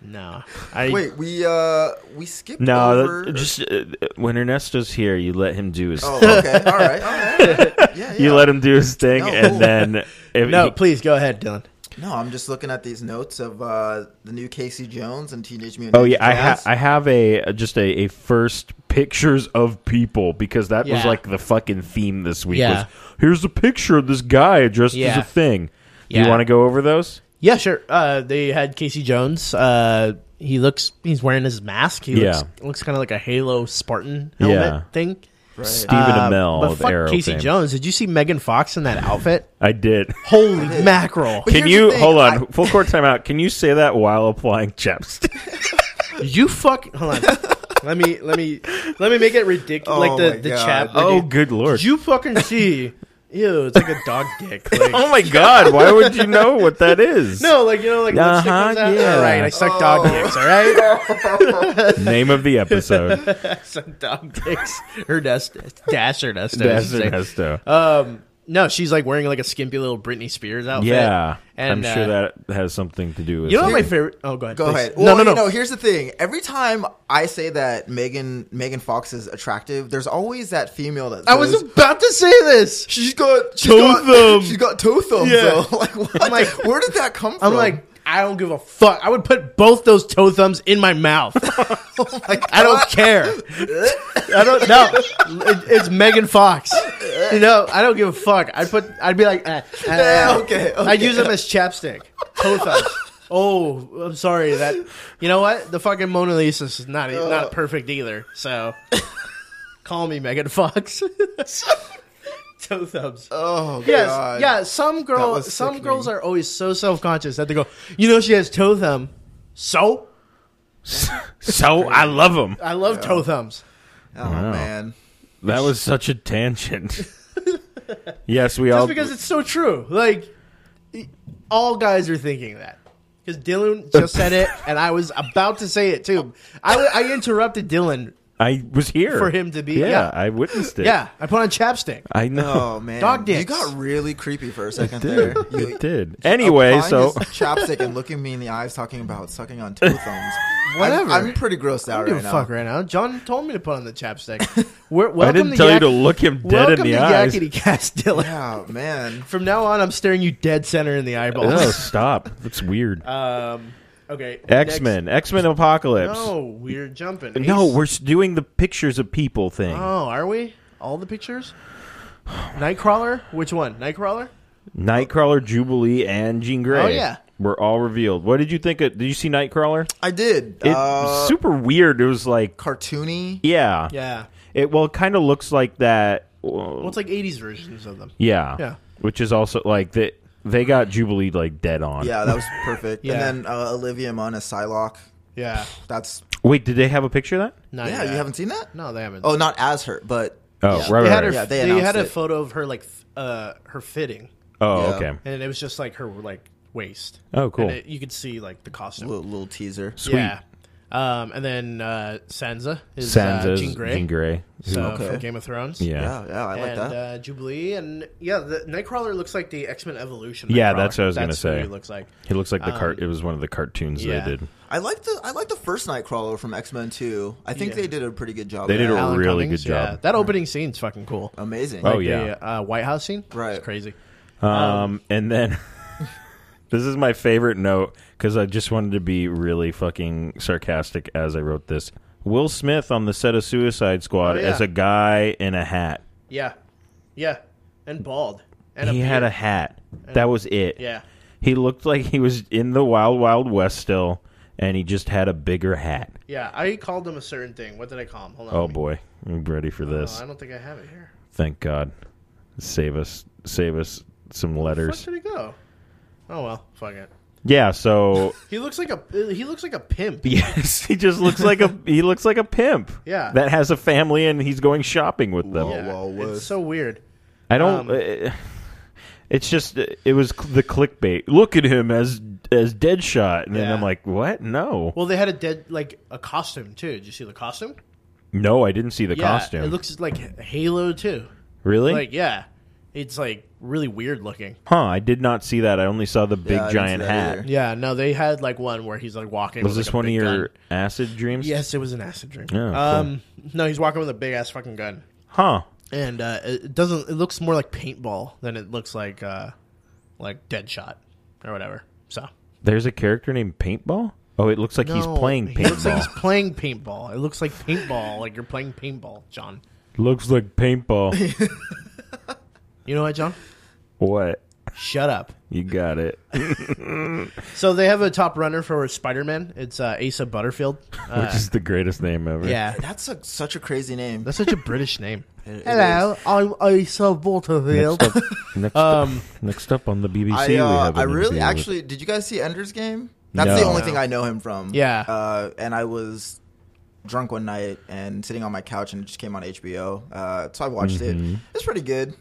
No, I
Wait, we uh we skipped
No,
over.
that- just uh, when Ernesto's here, you let him do his.
oh, okay, all right, all right. Yeah, yeah.
You let him do his thing,
No,
and
cool.
then if
no.
he-
Please go ahead, Dylan.
No, I'm just looking at these notes of uh the new Casey Jones and Teenage Mutant.
Oh yeah,
Ninja
I, ha-
Turtles.
I have a a- just a, a first pictures of people because that was
Yeah.
like the fucking theme this week.
Yeah.
Was, Here's a picture of this guy dressed as
Yeah.
a thing. Do
Yeah.
you want to go over those?
Yeah, sure. Uh, they had Casey Jones. Uh, he looks. He's wearing his mask. He looks, looks kind of like a Halo Spartan helmet
Yeah.
thing.
right.
Stephen
Uh,
Amell
but
of
fuck
Arrow
Casey
fame.
Jones. Did you see Megan Fox in that outfit?
I did.
Holy mackerel!
But
Can
here's the
you
thing,
hold
I-
on? Full court timeout. Can you say that while applying chapstick?
you fuck. Hold on. let me let me let me make it ridiculous.
Oh
like
my
the the
God.
chap.
oh,
ridic-
good lord!
Did you fucking see? Ew, it's like a dog dick. Like,
oh my god! Why would you know what that is?
No, like you know, like lipstick
Uh-huh,
comes out.
yeah.
All right, I
Oh,
suck dog dicks. All right,
Name of the episode.
I suck dog dicks. Her dust, dash her dust. I
That's
should say.
Ernesto.
Um, no, she's like wearing like a skimpy little Britney Spears outfit.
yeah,
and,
I'm sure
uh,
that has something to do with.
You know what my
it.
favorite? Oh, go ahead.
Go
please.
ahead.
No,
well,
no, no.
You know, here's the thing. Every time I say that Megan Megan Fox is attractive, there's always that female that
I was
goes,
about to say this.
She's got she's
Toe
got,
thumb.
She's got toe thumbs.
Yeah.
Though. Like, what?
I'm like-
where did that come from?
I'm like, I don't give a fuck. I would put both those toe thumbs in my mouth. I don't care. I don't know. It, it's Megan Fox. You know, I don't give a fuck. I'd put. I'd be like, eh, eh,
Yeah,
eh.
okay,
I'd
okay.
use them as chapstick. Toe thumbs. Oh, I'm sorry. That you know what? The fucking Mona Lisa is not
Uh.
not perfect either. So, call me Megan Fox. toe thumbs.
oh
Yes,
god.
yeah. Some girl,
was
some
sickening.
girls are always so self conscious that they go, you know, she has toe thumb. So
so I love him.
I love toe thumbs.
Oh man.
That was such a tangent. yes, we all.
Just because it's so true. Like all guys are thinking that. Because Dylan just said it, and I was about to say it too. I, I interrupted Dylan.
I was here
for him to be-
Yeah,
yeah.
I witnessed it.
Yeah, I put on chapstick.
I know.
Oh man.
Dog dicks.
You got really creepy for a second there.
Dude,
You,
it did. Anyway,
applying
so
his chapstick and looking me in the eyes, talking about sucking on toe thumbs.
Whatever.
I'm, I'm pretty grossed
I
out
don't
right
give a
now.
fuck right now. John told me to put on the chapstick. We're, welcome
I didn't
to
tell you
Yak-
to look him dead in
welcome
the
to
eyes.
Yakety Cast, Dylan.
Yeah, man.
From now on, I'm staring you dead center in the eyeballs.
No, Oh, stop. That's weird.
Um. Okay.
X Men, X Men Apocalypse.
Next. No, we're jumping.
No,
Ace-
we're s- doing the pictures of people thing.
Oh, are we? All the pictures. Nightcrawler. Which one? Nightcrawler.
Nightcrawler, Jubilee, and Jean Grey.
Oh, yeah.
were all revealed. What did you think? of Did you see Nightcrawler?
I did.
It
uh,
was super weird. It was like,
cartoony.
yeah,
Yeah.
It well, kind of looks like that.
Well, it's like '80s versions of them.
Yeah.
Yeah.
Which is also like that they got Jubilee like dead on.
Yeah, that was perfect.
Yeah.
And then uh, Olivia Munn as Psylocke.
Yeah.
That's
Wait, did they have a picture of that?
Not
yeah.
yet.
You haven't seen that?
Uh, No, they haven't.
Oh, not as her, but
Oh,
Yeah.
right,
they
right.
had her.
right.
Yeah, they
they had
announced
a
it.
photo of her like f- uh her fitting,
Oh,
Yeah.
okay.
and it was just like her like waist.
Oh, cool.
And it, you could see like the costume.
little, little teaser.
Sweet.
Yeah. Um, and then uh, Sansa is uh,
Sansa's
Jean Grey,
Jean Grey.
so
Okay.
from Game of Thrones.
Yeah.
Yeah, yeah, I like
and
that.
Uh, Jubilee and yeah, the Nightcrawler looks like the X Men Evolution.
Yeah,
Nightcrawler.
that's what I was gonna
That's
say.
What he looks like.
He looks like the cart.
Um,
It was one of the cartoons
yeah.
they did.
I like the I like the first Nightcrawler from X Men 2. I think
Yeah.
they did a pretty good job.
They
of
did a
that.
Alan
really
Cummings,
good job.
Yeah, that opening scene's fucking cool.
amazing.
Oh,
Like
yeah.
the, uh, White House scene.
Right.
it's crazy.
Um, and then this is my favorite note because I just wanted to be really fucking sarcastic as I wrote this. Will Smith on the set of Suicide Squad
Oh, yeah.
as a guy in a hat.
Yeah, yeah, and bald. And
he
a
had a
beard.
hat. that was it.
yeah.
He looked like he was in the Wild Wild West still, and he just had a bigger hat.
Yeah, I called him a certain thing. What did I call him? Hold on.
Oh
let me-
boy, I'm ready for
Oh,
this.
I don't think I have it here.
Thank God. Save us. Save us some
Where
letters.
did he go? Oh well, fuck it.
Yeah. So
He looks like a he looks like a pimp.
yes, he just looks like a he looks like a pimp.
Yeah.
That has a family and he's going shopping with them.
Whoa, whoa, whoa.
it's so weird.
I
Um,
don't. uh, it's just uh, it was cl- the clickbait. Look at him as as Deadshot, and then
Yeah.
I'm like, what? No,
Well, they had a dead like a costume too. Did you see the costume?
no, I didn't see the costume.
It looks like Halo too.
really?
Like yeah, it's like really weird looking.
huh? I did not see that. I only saw the big
I didn't see
giant
that
hat.
either.
Yeah, no, they had like one where he's like walking.
Was
with,
this
like, a
one of
big
your
gun.
acid dreams?
Yes, it was an acid drink.
Yeah, cool.
um, no, he's walking with a big ass fucking gun,
Huh.
and uh, it it doesn't. It looks more like paintball than it looks like uh, like Deadshot or whatever. So
There's a character named Paintball. Oh, it looks like he's
No,
playing
He looks like
paintball.
he's playing paintball. It looks like paintball. like you're playing paintball, John.
looks like paintball.
You know what, John?
what?
Shut up.
You got it.
So they have a top runner for Spider Man. It's uh, Asa Butterfield.
Which
Uh,
is the greatest name ever.
yeah,
That's a, such a crazy name.
that's such a British name.
It- it
I'm Asa
Next
Butterfield.
up, next,
Um,
up, next up on the BBC,
I,
we
uh,
have. an
I really
interview with-
actually did. You guys see Ender's Game? That's
No.
the only
No.
thing I know him from.
Yeah.
Uh, and I was drunk one night and sitting on my couch, and it just came on HBO. Uh, so I watched
Mm-hmm.
it. It's pretty good.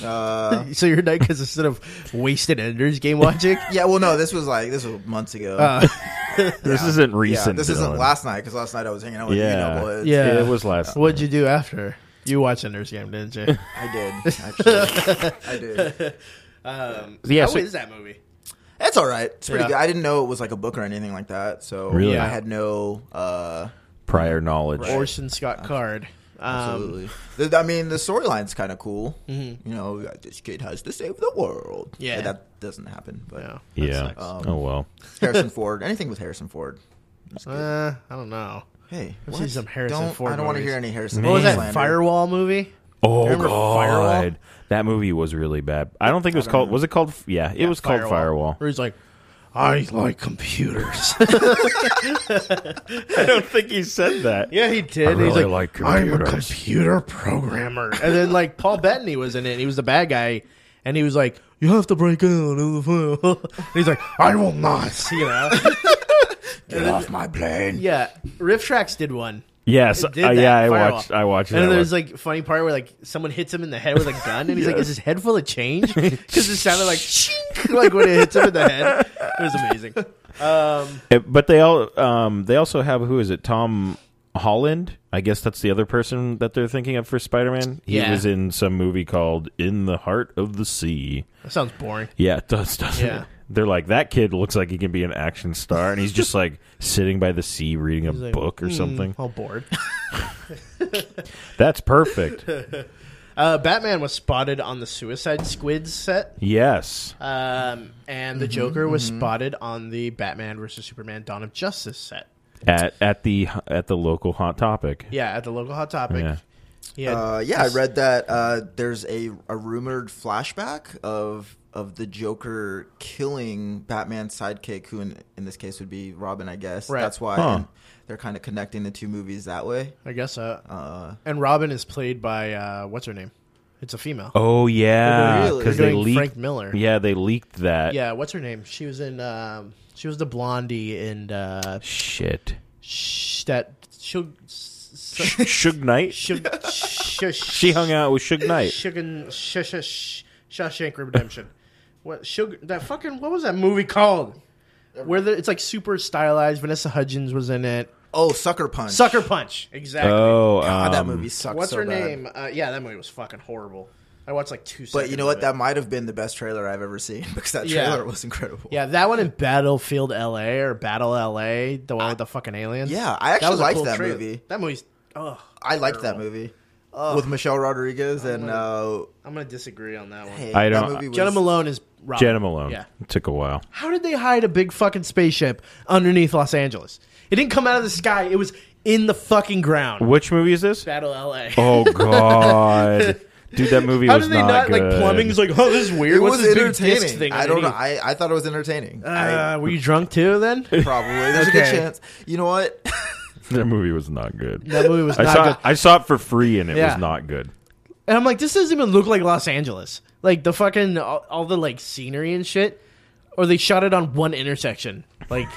Uh,
so you're night because instead of wasted Ender's game watching,
yeah. Well, no, this was like this was months ago.
uh,
This isn't
yeah,
recent.
this isn't
Dylan.
last night because last night I was hanging out with
Yeah.
you know boys.
Yeah.
it was last.
what'd you do after? You watched Ender's game, didn't you?
I did. Actually, I did.
Um,
Yeah,
how
so-
is that movie?
It's all right. It's pretty
Yeah.
good. I didn't know it was like a book or anything like that. So
Really?
I had no. Uh,
prior knowledge.
Orson Scott Card. Um,
Absolutely. The- I mean, the storyline's kind of cool.
mm-hmm.
You know, this kid has to save the world.
Yeah.
But that doesn't happen. But
yeah. that
Yeah.
sucks.
Um,
oh well.
Harrison Ford, anything with Harrison Ford. It's good.
Uh, I don't know.
hey,
I've
what?
seen some Harrison
Don't-
Ford
I don't want to
movies.
hear any Harrison.
What
What was that
slander.
Firewall movie?
Oh
remember Firewall?
god, that movie was really bad. I don't think it was called. Was it called? Yeah, it was called Firewall.
Where he's like, I like computers.
I don't think he said that.
yeah, he did.
I
he's
really
like,
like
I'm a
computers."
computer programmer. And then like Paul Bettany was in it. He was the bad guy, and he was like, you have to break out of the file. And he's like, I will not. You know?
Get off my plane.
yeah. Riff Tracks did one.
Yes,
It did
uh,
that,
yeah, I
Firewall.
watched. I watched.
And
that
then there's
one.
like funny part where like someone hits him in the head with a gun, and he's like, "Is his head full of change?" Because it sounded like shink, like when it hits him in the head. It was amazing. Um,
Uh, but they all. Um, they also have who is it? Tom Holland. I guess that's the other person that they're thinking of for Spider-Man. He
Yeah.
was in some movie called In the Heart of the Sea.
that sounds boring.
Yeah, it does, doesn't
Yeah.
it? They're like, that kid looks like he can be an action star, and he's just like sitting by the sea reading a
like, hmm.
book or something.
All bored.
That's perfect.
Uh, Batman was spotted on the Suicide Squid set,
yes.
um, and the
Mm-hmm,
Joker was spotted on the Batman vs Superman Dawn of Justice set.
At at the at the local hot topic.
Yeah, at the local Hot Topic.
Yeah.
Yeah,
Uh, yeah, I read that uh, there's a, a rumored flashback of of the Joker killing Batman's sidekick, who in, in this case would be Robin, I guess.
Right.
That's why
Huh.
and they're kind of connecting the two movies that way.
I guess so.
Uh,
and Robin is played by uh, what's her name? It's a female.
Oh yeah,
Really?
because
They're
they
doing
leaked.
Frank Miller.
Yeah, they leaked that.
Yeah, what's her name? She was in. Um, she was the blondie in uh,
Shit.
sh- that. Shug, sh-
Suge Knight.
shug, sh-
She hung out with Suge Knight.
Shugan, sh- sh- sh- Shawshank Redemption. What Shug? That fucking what was that movie called? Where the, it's like super stylized. Vanessa Hudgens was in it.
oh, Sucker Punch.
Sucker Punch. Exactly.
Oh,
God, that
um,
movie sucks.
what's
so
her
bad.
name? Uh, yeah, that movie was fucking horrible. I watched like two.
But you know what?
That
That might have been the best trailer I've ever seen because that
Yeah.
trailer was incredible.
yeah, that one in Battlefield L.A. or Battle L.A. The one with the fucking aliens.
Yeah, I actually
was a
liked
cool
that
trailer.
movie.
That movie's. Oh,
I liked that movie with Michelle Rodriguez and uh,
I'm gonna disagree on that one.
hey,
I
that
don't-
movie was,
Jenna Malone is Robin.
Jenna Malone.
Yeah.
It took a while.
How did they hide a big fucking spaceship underneath Los Angeles? It didn't come out of the sky. It was in the fucking ground.
Which movie is this?
Battle L.A.
Oh god, dude, that movie
How
was
did they not, like
good.
plumbing's like, oh, this is weird.
It
What's
was
this big disc
entertaining.
thing?
I don't know.
underneath?
I, I thought it was entertaining. I
Uh, were you drunk too then?
Probably. There's a
Okay.
good chance. You know what?
That movie was not good.
that movie was
I
not
saw
good.
it, I saw it for free and it
Yeah.
was not good.
And I'm like, this doesn't even look like Los Angeles. Like the fucking all, all the like scenery and shit. Or they shot it on one intersection. Like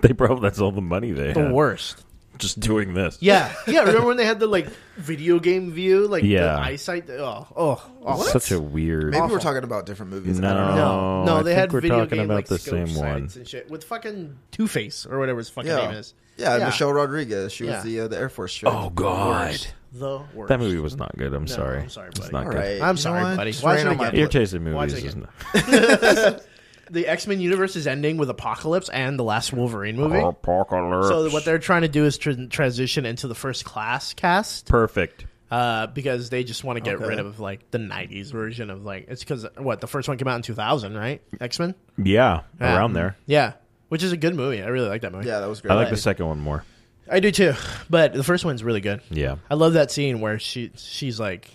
They probably that's all the money they
the
had.
worst.
Just doing this.
Yeah, yeah. Remember when they had the like video game view, like
Yeah.
the eyesight? Oh, oh, oh.
Such a weird.
Maybe we're talking about different movies. I
No.
don't know.
No,
Oh,
no,
I
they
think
had
we're
video
talking
game
about
like,
the
scope
same
sights
one.
and shit with fucking Two Face or whatever his fucking name
Yeah.
is.
yeah, Michelle Rodriguez. She
Yeah.
was the uh, the Air Force. Chick.
Oh god,
The worst.
that movie was not good. I'm sorry.
I'm sorry,
It's
buddy.
not
All
good.
right. You
I'm
know
sorry,
what?
buddy.
Just
Watch
rain
it
on my
again.
Ear
parade.
chasing movies
again.
is not.
The X Men universe is ending with Apocalypse and the last Wolverine movie.
Oh, Apocalypse.
So what they're trying to do is tran transition into the first class cast
perfect.
uh, because they just want to get
Okay.
rid of like the '90s version of like it's because what the first one came out in 2000, right? X Men.
Yeah,
Yeah.
around there.
Yeah, which is a good movie. I really like that movie.
Yeah, that was great.
I like the second one more.
I do too. But the first one's really good.
Yeah.
I love that scene where she she's like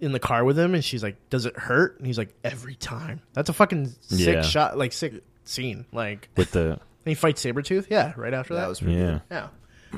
in the car with him and she's like, "Does it hurt?" And he's like, "Every time." That's a fucking sick
Yeah.
shot, like sick scene. Like
With the
and he fights Sabretooth? Yeah, right after that.
That was pretty
yeah.
yeah.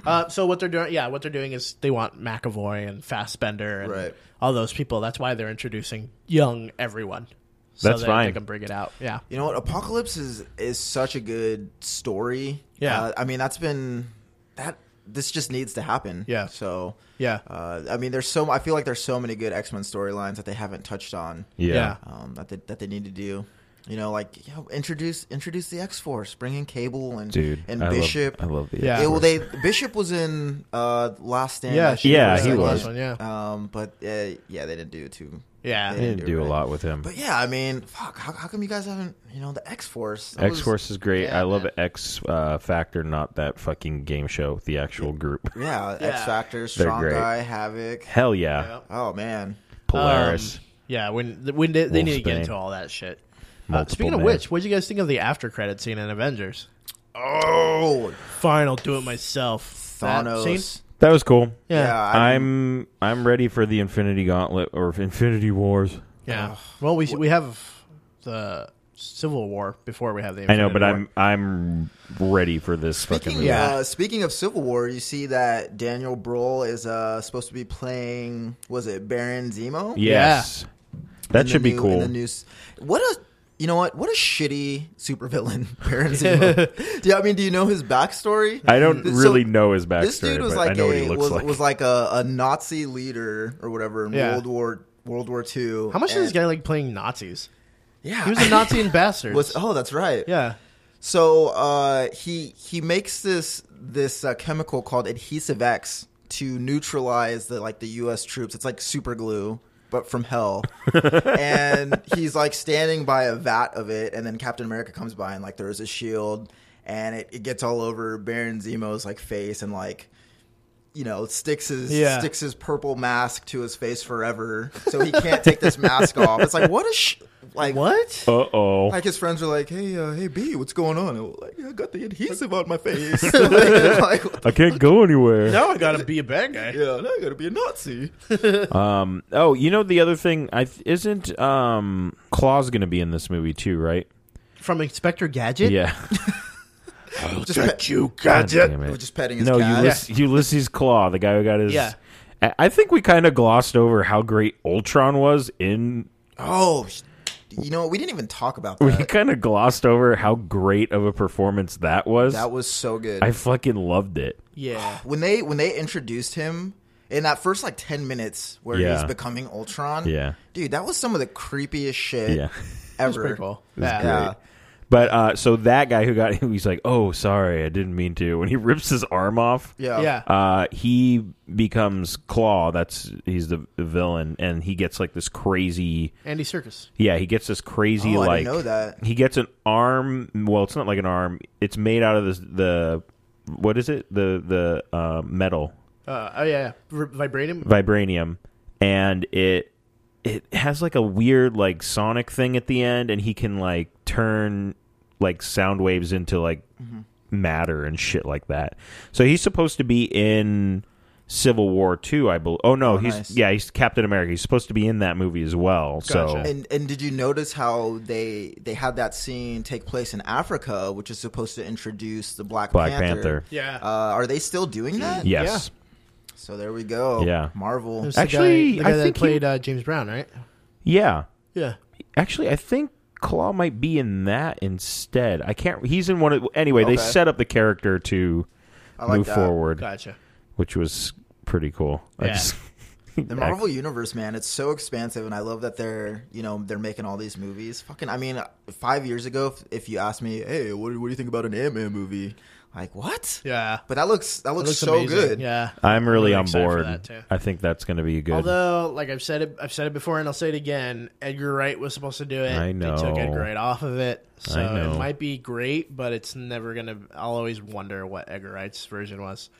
Uh, so what they're doing, yeah, what they're doing is they want McAvoy and Fassbender and
Right.
all those people. That's why they're introducing young everyone. So
That's
that They
fine.
can bring it out. Yeah.
You know what? Apocalypse is is such a good story.
Yeah.
Uh, I mean that's been that this just needs to happen.
Yeah.
So
Yeah.
uh, I mean there's so I feel like there's so many good X Men storylines that they haven't touched on.
yeah,
Um, that they, that they need to do. You know, like you know, introduce introduce the X Force, bring in Cable and
dude,
and
I love-
Bishop.
I love the
Yeah.
Yeah, well,
X-Force.
they Bishop was in uh, Last Stand.
Yeah,
that she
Yeah,
was
he
in.
Last
was.
one, yeah.
Um, but uh, yeah, they didn't do it too.
Yeah.
they
They didn't do a
right.
lot with him.
But yeah, I mean, fuck, how, how come you guys haven't? You know, the X Force.
X Force is great.
Yeah,
I love
man.
X uh, Factor, not that fucking game show. The actual group.
Yeah,
Yeah.
X Factor,
They're
Strong
great.
Guy, Havoc.
Hell yeah,
Yeah.
Oh man,
Polaris.
Um, yeah, when when they, they need to get
Wolfsbane.
into all that shit. Uh,
Multiple
speaking of
man.
which, what would you guys think of the after credit scene in Avengers?
oh
Fine, I'll do it myself. That scene?
Thanos.
that was cool.
Yeah.
Yeah,
Yeah.
I,
I'm I'm ready for the Infinity Gauntlet or Infinity Wars.
well, we we have the Civil War before we have the.
I know,
Infinity
but
War.
I'm I'm ready for this fucking
speaking.
movie.
Yeah.
Uh, speaking of Civil War, you see that Daniel Brohl is uh, supposed to be playing. Was it Baron Zemo?
Yes.
In
That
the
should be
new- in
cool.
the new s- What a you know what? What a shitty supervillain Baron Zemo. yeah, I mean, do you know his backstory?
I don't
So,
really know his backstory,
This dude was
but
like
I know
a
what he looks
was,
like.
was like a, a Nazi leader or whatever in
Yeah.
World War World War Two.
How much
and-
is this guy like playing Nazis?
Yeah,
He was a Nazi in Bastards.
was oh, that's right.
Yeah,
So uh, he he makes this this uh, chemical called adhesive X to neutralize the like the U.S. troops. It's like super glue, but from hell. and he's like standing by a vat of it, and then Captain America comes by and like there is a shield, and it, it gets all over Baron Zemo's like face and like. You know, sticks his
Yeah.
sticks his purple mask to his face forever, so he can't take this mask off. It's like what a sh- like
what?
Uh oh.
like his friends were like, "Hey, uh, hey, B, what's going on?" And, like, I got the adhesive on my face. like, like, what the-
I can't go anywhere.
Now I gotta be a bad guy.
yeah, now I gotta be a Nazi.
Um. Oh, you know the other thing. I th- isn't um Claw's gonna be in this movie too, right?
From Inspector Gadget.
Yeah.
Just, pet,
Oh, you
God damn it.
just petting his
No,
cat.
Ulysses, Ulysses Claw, the guy who got his.
Yeah.
I I think we kind of glossed over how great Ultron was in.
Oh, sh- you know, we didn't even talk about
We
that.
kind of glossed over how great of a performance that was.
that was so good.
I fucking loved it.
Yeah.
when they when they introduced him in that first like ten minutes where
Yeah.
he's becoming Ultron,
Yeah.
dude, that was some of the creepiest shit
Yeah.
ever.
Pretty cool.
great.
Yeah.
Yeah.
But uh, so that guy who got he's like, oh, sorry, I didn't mean to. When he rips his arm off,
Yeah,
Yeah.
uh, he becomes Claw. That's he's the villain, and he gets like this crazy.
Andy Circus.
Yeah, he gets this crazy
Oh, I
like.
didn't know that.
He gets an arm. Well, it's not like an arm. It's made out of this, the what is it? The the uh, metal
Uh, oh yeah, yeah. R- vibranium.
vibranium, and it it has like a weird like sonic thing at the end, and he can like turn like sound waves into like
Mm-hmm.
matter and shit like that. So he's supposed to be in Civil War Two, I believe. Oh no, he's
nice.
yeah, he's Captain America. He's supposed to be in that movie as well. So
Gotcha.
And and did you notice how they they had that scene take place in Africa, which is supposed to introduce the Black,
Black
Panther?
Panther.
Yeah.
Uh, are they still doing that?
yes.
So there we go.
Yeah.
Marvel.
There's the guy-
Actually,
the guy
I
that
think he-
played uh, James Brown, right?
Yeah.
Yeah.
Actually, I think Claw might be in that instead. I can't. He's in one of. Anyway, they
Okay.
set up the character to
I like
move
that.
forward,
Gotcha.
which was pretty cool. I
Yeah.
just-
The Marvel universe, man, it's so expansive, and I love that they're you know they're making all these movies. Fucking, I mean, five years ago, if, if you asked me, hey, what, do- what do you think about an Ant Man movie? Like what?
Yeah.
But that looks that
It
looks,
looks
so
amazing.
good.
Yeah.
I'm really
really
on
excited for
board.
that, too.
I think that's going to be good.
Although, like I've said it, I've said it before, and I'll say it again. Edgar Wright was supposed to do it.
I
They took
know.
Edgar Wright off of it, so
I know.
it might be great, but it's never gonna. I'll always wonder what Edgar Wright's version was.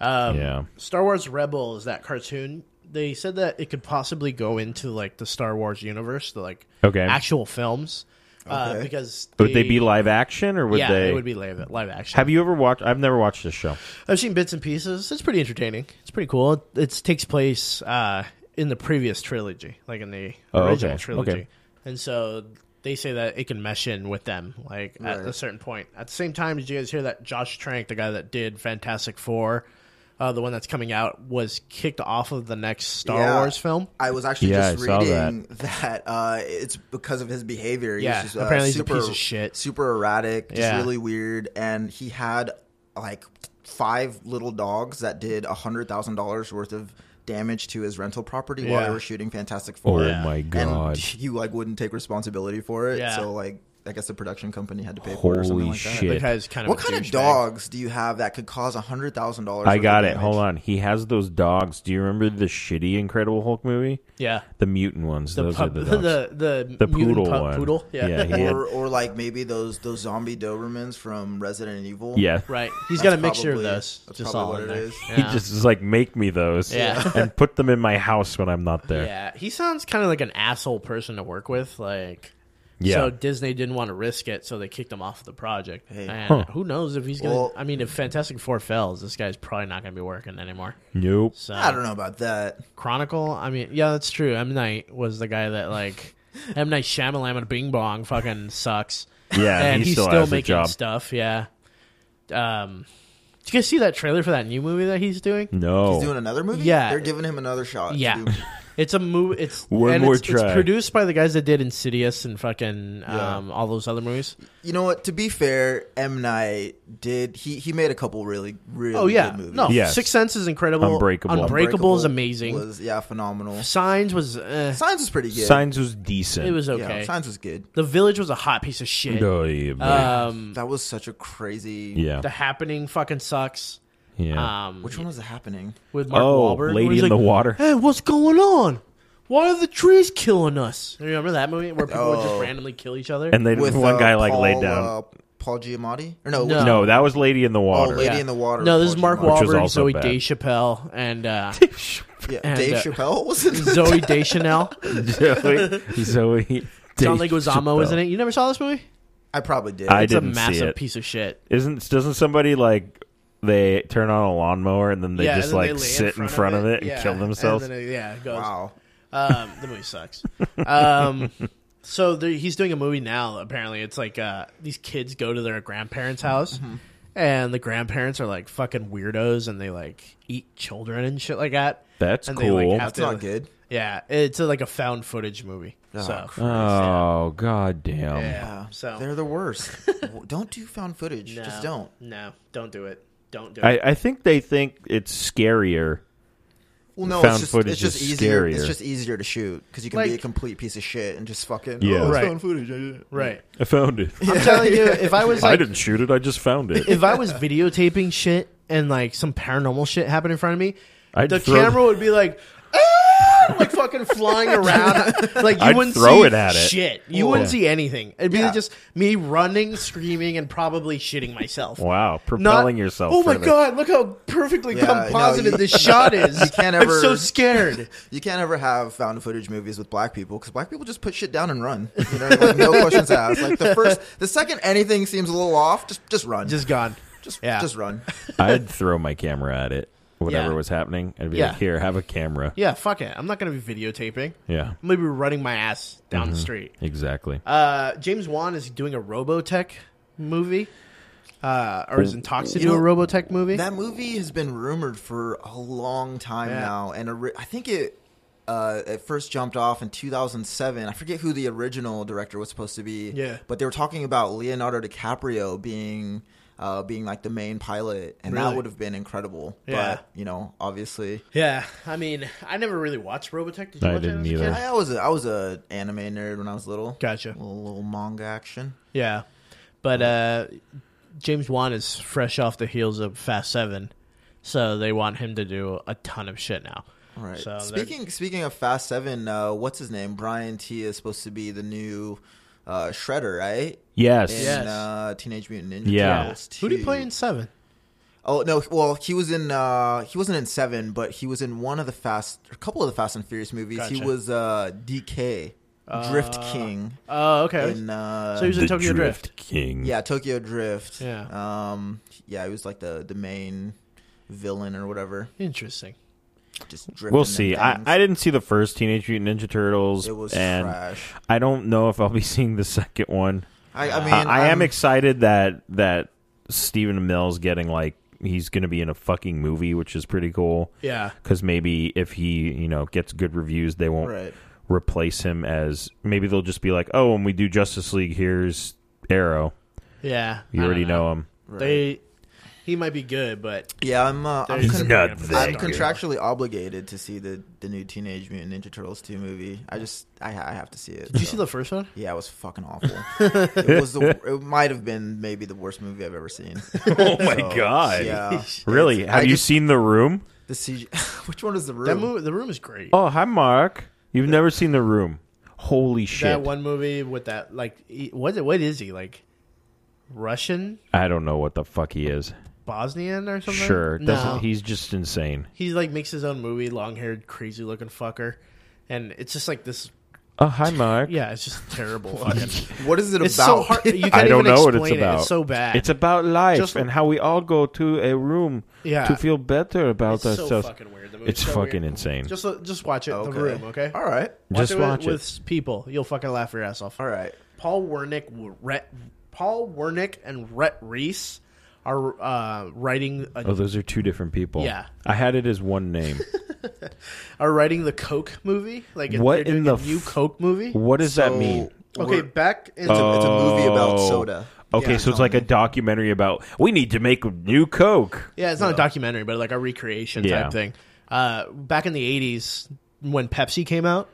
Um,
Yeah.
Star Wars Rebels, that cartoon. They said that it could possibly go into like the Star Wars universe, the like
Okay.
actual films, uh,
Okay.
because
would they be live action or would
yeah,
they?
it would be live, live action.
Have you ever watched? I've never watched this show.
I've seen bits and pieces. It's pretty entertaining. It's pretty cool. It it's, takes place uh, in the previous trilogy, like in the
Oh, okay.
original trilogy,
Okay.
and so they say that it can mesh in with them, like at
Right.
a certain point. At the same time, did you guys hear that Josh Trank, the guy that did Fantastic Four, uh, the one that's coming out, was kicked off of the next Star
Yeah.
Wars film?
I was actually
Yeah,
just
I saw
reading that, uh, it's because of his behavior. He
Yeah,
was just, uh,
apparently he's a
super,
piece of shit.
super erratic, just
Yeah.
really weird, and he had like five little dogs that did a hundred thousand dollars worth of damage to his rental property while
Yeah.
they were shooting Fantastic
Oh
Four.
my god!
and you like wouldn't take responsibility for it.
Yeah.
So like, I guess the production company had to pay for it or something
Holy
like that.
shit.
The guy's kind of
What
a
kind of
douchebag.
dogs do you have that could cause a hundred thousand dollars?
I got it. Hold on. He has those dogs. Do you remember the shitty Incredible Hulk movie?
Yeah,
The mutant ones.
the
those
pup,
are
the
the dogs.
the, the,
The
mutant
poodle
pup-
one.
poodle, yeah,
Yeah, he-
Or, or like maybe those those zombie Dobermans from Resident Evil.
yeah.
right. He's
That's
got a mixture
probably-
of those,
that's
just all
probably what
in
it
there.
is.
He
Yeah.
just is like, make me those.
Yeah.
and put them in my house when I'm not there.
Yeah, he sounds kind of like an asshole person to work with. Like,
Yeah.
So Disney didn't want to risk it, so they kicked him off the project. And who knows if he's gonna?
Well-
I mean, if Fantastic Four fails, this guy's probably not gonna be working anymore.
Nope.
So
I don't know about that.
Chronicle. I mean, yeah, that's true. M Night was the guy that like M Night Shyamalan and Bing Bong fucking sucks,
Yeah,
and
he
he's
still,
still,
has a
making
job.
stuff. Yeah. Um, did you guys see that trailer for that new movie that he's doing?
no.
He's doing another movie.
Yeah.
they're giving him another shot. to
Yeah.
do-
It's a movie. It's
One
and
more
it's, it's
try.
produced by the guys that did Insidious and fucking um, all those other movies.
You know what? To be fair, M Night did he he made a couple really really
Oh yeah,
good movies.
no.
Yes.
Six Sense is incredible.
Unbreakable.
Unbreakable is amazing.
Was, yeah, phenomenal.
Signs was eh,
Signs was pretty good.
Signs was decent.
it was
yeah,
okay.
Signs was good.
the Village was a hot piece of shit.
Oh, yeah, boy.
Um,
That was such a crazy.
yeah.
The Happening fucking sucks.
yeah.
Um,
Which one was the happening?
with Mark
oh,
Wahlberg, where
Lady
he's
in
like,
the Water.
Hey, what's going on? Why are the trees killing us? Remember that movie where people would just
Oh.
randomly kill each other?
And they
With
one
uh,
guy like
Paul,
laid down.
Uh, Paul Giamatti or no?
No.
which-
no, that was Lady in the
Oh,
Water.
Lady in the Water.
No,
with
this is
Paul
Mark
Giamatti.
Which was
Wahlberg,
also
Zoe
bad.
Day Chappelle, and uh,
Yeah,
and,
Dave
uh,
Chappelle was in this?
Zoe Deschanel.
Zoe. Zoe.
John
Dave
Leguizamo was in
Chappelle.
it. You never saw this movie?
I probably did.
I
It's
didn't
a
see
massive
it.
piece of shit.
Isn't doesn't somebody like they turn on a lawnmower and then they
Yeah, and
just
then
like
they lay
sit in front of it, and
yeah,
kill themselves?
and then it- yeah, it goes.
wow.
Um, the movie sucks. Um, so there, he's doing a movie now. Apparently, it's like uh, these kids go to their grandparents' house,
Mm-hmm.
and the grandparents are like fucking weirdos, and they like eat children and shit like that.
That's
and
cool.
That's not good.
Yeah, it's a, like a found footage movie. so
Christ.
oh god damn!
yeah, so
They're the worst. W- don't do found footage. Just
No,
don't.
No, don't do it. Don't do
I,
it.
I think they think it's scarier.
Well, no,
Found
it's just,
footage
it's just
is
easier. It's
scarier.
just easier to shoot because you can
Like-
be a complete piece of shit and just fucking
Yeah.
oh, it's
Right.
found footage. I-
right.
I found it.
I'm telling you, if I was
I
like,
didn't shoot it. I just found it.
if I was videotaping shit and like some paranormal shit happened in front of me,
I'd
the
throw-
camera would be like, "Ah!" like fucking flying around. Like you
I'd
wouldn't
throw
see
it at it.
Shit, you
Yeah.
wouldn't see anything. It'd be
Yeah.
just me running, screaming, and probably shitting myself.
Wow,
Not-
propelling yourself.
Oh my
further.
god! Look how perfectly
Yeah,
composited
no, you-
this shot is.
you can't
I'm
ever-
so scared.
You can't ever have found footage movies with black people because black people just put shit down and run. You know, like, no questions asked. Like the first, the second anything seems a little off, just just run. Just
Just gone.
just,
yeah.
just run.
I'd throw my camera at it. Whatever
Yeah.
was happening, I'd be
Yeah.
like, "Here, have a camera."
Yeah, fuck it. I'm not gonna be videotaping.
Yeah,
I'm gonna be running my ass down
Mm-hmm.
the street.
exactly.
Uh, James Wan is doing a Robotech movie. uh, or is intoxicated to a Robotech movie.
That movie has been rumored for a long time
Yeah.
now, and ori- I think it uh, it first jumped off in 2007. I forget who the original director was supposed to be.
Yeah.
but they were talking about Leonardo DiCaprio being uh, being like the main pilot, and
Really?
that would have been incredible.
Yeah.
But you know, obviously,
yeah, I mean, I never really watched Robotech. Did you
I
watch it
didn't
as a
either.
kid?
I, I was a, I was a anime nerd when I was little.
Gotcha.
A little, little manga action.
Yeah, but uh, James Wan is fresh off the heels of Fast Seven, so they want him to do a ton of shit now.
All right.
So they're-
speaking speaking of Fast Seven, uh, what's his name? Brian T is supposed to be the new uh, Shredder, right?
Yes.
in
Yes.
uh, Teenage Mutant Ninja
Yeah.
Turtles.
Who do you
2.
play in Seven?
Oh no! Well, he was in uh, he wasn't in Seven, but he was in one of the Fast, a couple of the Fast and Furious movies. He
Gotcha.
was uh, DK, Drift King.
Oh, okay.
In uh,
so he was in Tokyo Drift.
King.
yeah, Tokyo Drift.
Yeah.
um, yeah, he was like the the main villain or whatever.
Interesting.
Just drifting
We'll
them
see. I,
things.
I didn't see the first Teenage Mutant Ninja Turtles.
it was
and
trash.
I don't know if I'll be seeing the second one.
I, I mean,
I, I am
I'm-
excited that that Stephen Mills getting like he's going to be in a fucking movie, which is pretty cool.
Yeah.
Because maybe if he you know gets good reviews, they won't
Right.
replace him as maybe they'll just be like, oh, when we do Justice League, here's Arrow.
Yeah. I
You
don't
already know. him.
They. He might be good, but
Yeah, I'm. Uh, I'm
He's
con-
not that
I'm
good.
contractually obligated to see the the new Teenage Mutant Ninja Turtles two movie. I just I, ha- I have to see it.
Did you see the first one?
Yeah, it was fucking awful. it was the. It might have been maybe the worst movie I've ever seen.
Oh my
So,
god!
Yeah,
Really?
It's-
Have
I
you
just-
seen The Room?
the CG? Which one is the room?
That movie, the room is great.
Oh, hi, Mark. You've never seen The Room? Holy shit!
that one movie with that like, he, what? What is he like? Russian,
I don't know what the fuck he is.
Bosnian, or something?
Sure,
no.
doesn't he's just insane.
he like makes his own movie, long haired, crazy looking fucker, and it's just like this.
Oh, hi, Mark.
Yeah, it's just terrible. fucking.
What is it
It's
about?
so hard. You can't
I don't
even
know what
explain
it's about.
It. It's so bad.
It's about life
Just-
and how we all go to a room
Yeah.
to feel better about
It's so
ourselves.
fucking weird. The movie's
it's
so
fucking
weird.
insane. Just,
Just uh, just watch it. The room, okay?
All right.
Watch it with,
watch it.
with people. You'll fucking laugh your ass off.
All right.
Paul Wernick, Rhett, Paul Wernick, and Rhett Reese are uh, writing a,
Oh, those are two different people.
Yeah.
I had it as one name.
are writing the Coke movie. Like if
What
they're doing
in the
a new
f-
Coke movie.
what does that
So,
mean?
Okay,
we're-
back in
it's, a, it's a movie about
Oh.
soda.
Okay,
Yeah,
so it's like a documentary about we need to make new Coke.
yeah, it's not a documentary, but like a recreation
Yeah.
type thing. Uh, back in the '80s, when Pepsi came out,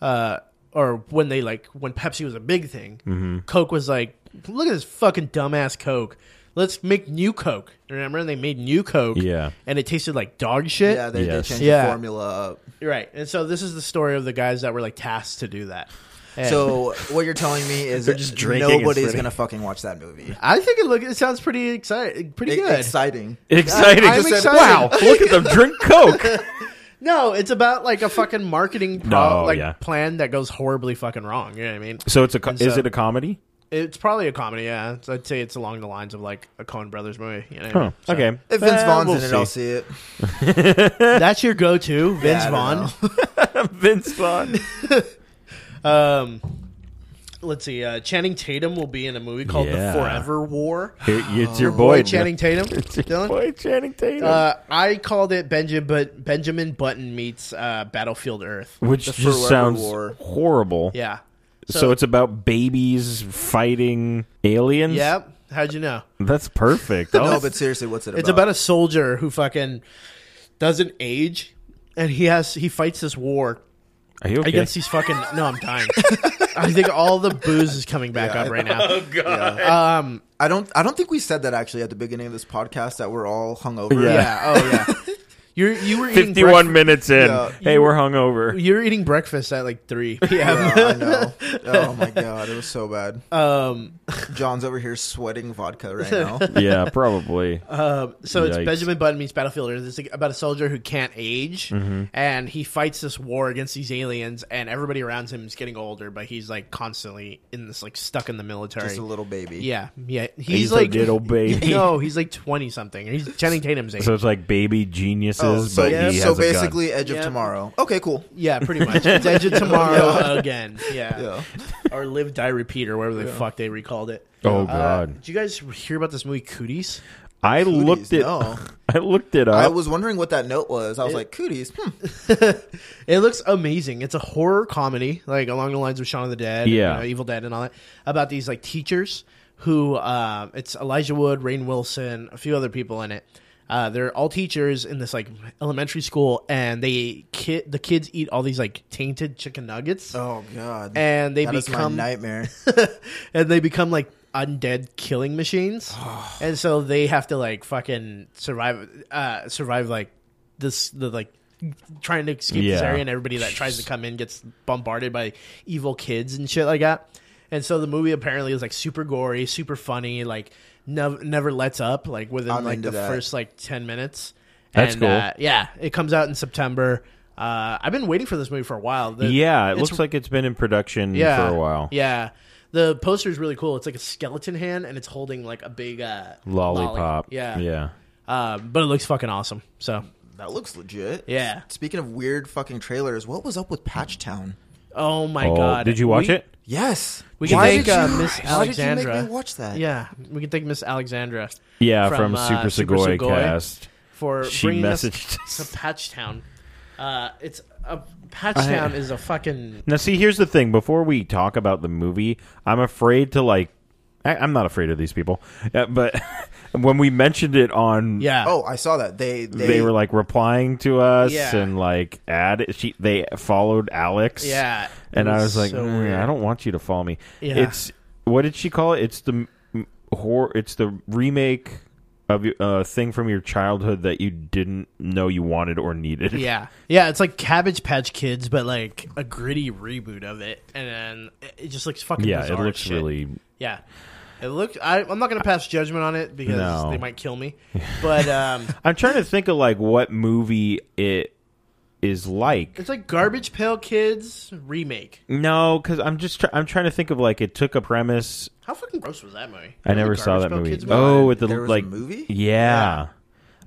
uh, or when they like when Pepsi was a big thing,
Mm-hmm.
Coke was like, look at this fucking dumbass Coke. Let's make new Coke. Remember, and they made new Coke.
Yeah.
and it tasted like dog shit.
Yeah, they,
Yes.
they changed
Yeah.
the formula up.
Right. And so this is the story of the guys that were like tasked to do that. And
So what you're telling me is
They're just drinking and
nobody's
spitting.
gonna fucking watch that movie.
I think it look it sounds pretty exciting, pretty
E-
good.
Exciting.
Exciting!
I'm
Just said,
excited.
wow, look at them drink Coke.
No, it's about like a fucking marketing pro-
No,
like
yeah.
plan that goes horribly fucking wrong. You know what I mean?
So it's a co- is
so-
it a comedy?
It's probably a comedy. Yeah, So I'd say it's along the lines of like a Coen Brothers movie. You know?
Huh,
So-
okay.
If Vince
Eh,
Vaughn's
we'll
in it,
see.
I'll see it.
that's your go-to, Vince
I don't
Vaughn.
Vince Vaughn.
Um, let's see. Uh, Channing Tatum will be in a movie called
Yeah.
The Forever War.
Here- it's your
Boy,
boy,
Channing Tatum.
It's your
Dylan?
boy Channing Tatum.
Uh, I called it Benjamin, but Benjamin Button meets uh, Battlefield Earth.
which
Forever
just sounds
War.
horrible.
Yeah.
So, it's about babies fighting aliens.
Yep. How'd you know?
that's perfect.
No,
Oh,
but seriously, what's it about?
It's about a soldier who fucking doesn't age, and he has he fights this war
are you okay?
against these fucking. No, I'm dying. I think all the booze is coming back up right now.
I don't. I don't think we said that actually at the beginning of this podcast that we're all hungover.
Yeah.
Yeah. Oh yeah. You you were eating
Fifty-one
breakfast,
minutes in.
Yeah.
hey, we're hungover.
You're eating breakfast at like three p.m.
Yeah, I know. Oh my god, it was so bad.
Um,
John's over here sweating vodka right now.
yeah, probably.
Um, so it's
Yikes.
Benjamin Button meets Battlefield Earth. It's like about a soldier who can't age, and he fights this war against these aliens, and everybody around him is getting older, but he's like constantly in this like stuck in the military.
Just a little baby.
yeah, yeah. He's,
He's a
like
little baby.
No, he's like twenty something. He's Channing Tatum's age.
so it's like baby geniuses. faces,
Oh, so,
but
yeah,
he has a
so
gun.
basically, Edge
Yeah.
of Tomorrow. Okay, cool.
Yeah, pretty much. It's Edge of Tomorrow again. Yeah.
Yeah.
Or Live, Die, Repeat, or whatever the fuck they recalled it.
Oh
Uh,
god,
did you guys hear about this movie, Cooties?
I looked it.
no.
I looked it
I
up.
was wondering what that note was. I was like, cooties. Hmm.
It looks amazing. It's a horror comedy, like along the lines of Shaun of the Dead,
Yeah.
you know, Evil Dead, and all that, about these like teachers who uh, it's Elijah Wood, Rain Wilson, a few other people in it. Uh, they're all teachers in this like elementary school, and they kid the kids eat all these like tainted chicken nuggets,
Oh god.
and they
That is
become
my nightmare.
and they become like undead killing machines, and so they have to like fucking survive, uh, survive like this the like trying to escape this
Yeah.
area, and everybody that tries to come in gets bombarded by evil kids and shit like that. And so the movie apparently is like super gory, super funny, like never never lets up, like within
I'm
like
into
the
that.
first like ten minutes.
That's
and,
cool.
Uh, yeah, it comes out in September. Uh, I've been waiting for this movie for a while. The-
yeah, it
it's
looks like it's been in production
yeah,
for a while.
Yeah. The poster is really cool. It's like a skeleton hand and it's holding like a big uh,
Lollipop.
lolly. Yeah.
yeah.
Um, but it looks fucking awesome. So,
that looks legit.
yeah.
Speaking of weird fucking trailers, what was up with Patchtown?
Oh my
Oh,
god.
did you watch
We-
it?
Yes.
We can
Why
thank
did
uh,
you-
Miss
Why
Alexandra.
did you make me watch that?
Yeah. We can thank Miss Alexandra.
Yeah,
from,
from,
uh,
Super
Super
Segoy
Segoy.
cast.
for
She
bringing
messaged
us
us.
to Patchtown. Uh, it's a Patchtown
I-
is a fucking
Now, see, here's the thing. Before we talk about the movie, I'm afraid to like. I, I'm not afraid of these people, uh, but when we mentioned it on,
yeah.
Oh, I saw that. They
they,
they,
were like replying to us
Yeah.
and like add. She they followed Alex.
yeah.
and
It
I was like,
so
"Mm,
weird.
I don't want you to follow me.
Yeah.
It's what did she call it? It's the m- hor- It's the remake of a uh, thing from your childhood that you didn't know you wanted or needed.
Yeah, yeah, it's like Cabbage Patch Kids, but like a gritty reboot of it, and then it- it just looks fucking
Yeah, it
bizarre
looks
shit.
really.
yeah. It looked. I, I'm not gonna pass judgment on it because
No.
they might kill me, but um,
I'm trying to think of like what movie it is like.
it's like Garbage Pail Kids remake.
No, because I'm just try- I'm trying to think of like it took a premise.
How fucking gross was that movie?
I never saw
Garbage
that
Pail
movie.
Kids
Oh, with the
There was a
like
movie?
Yeah.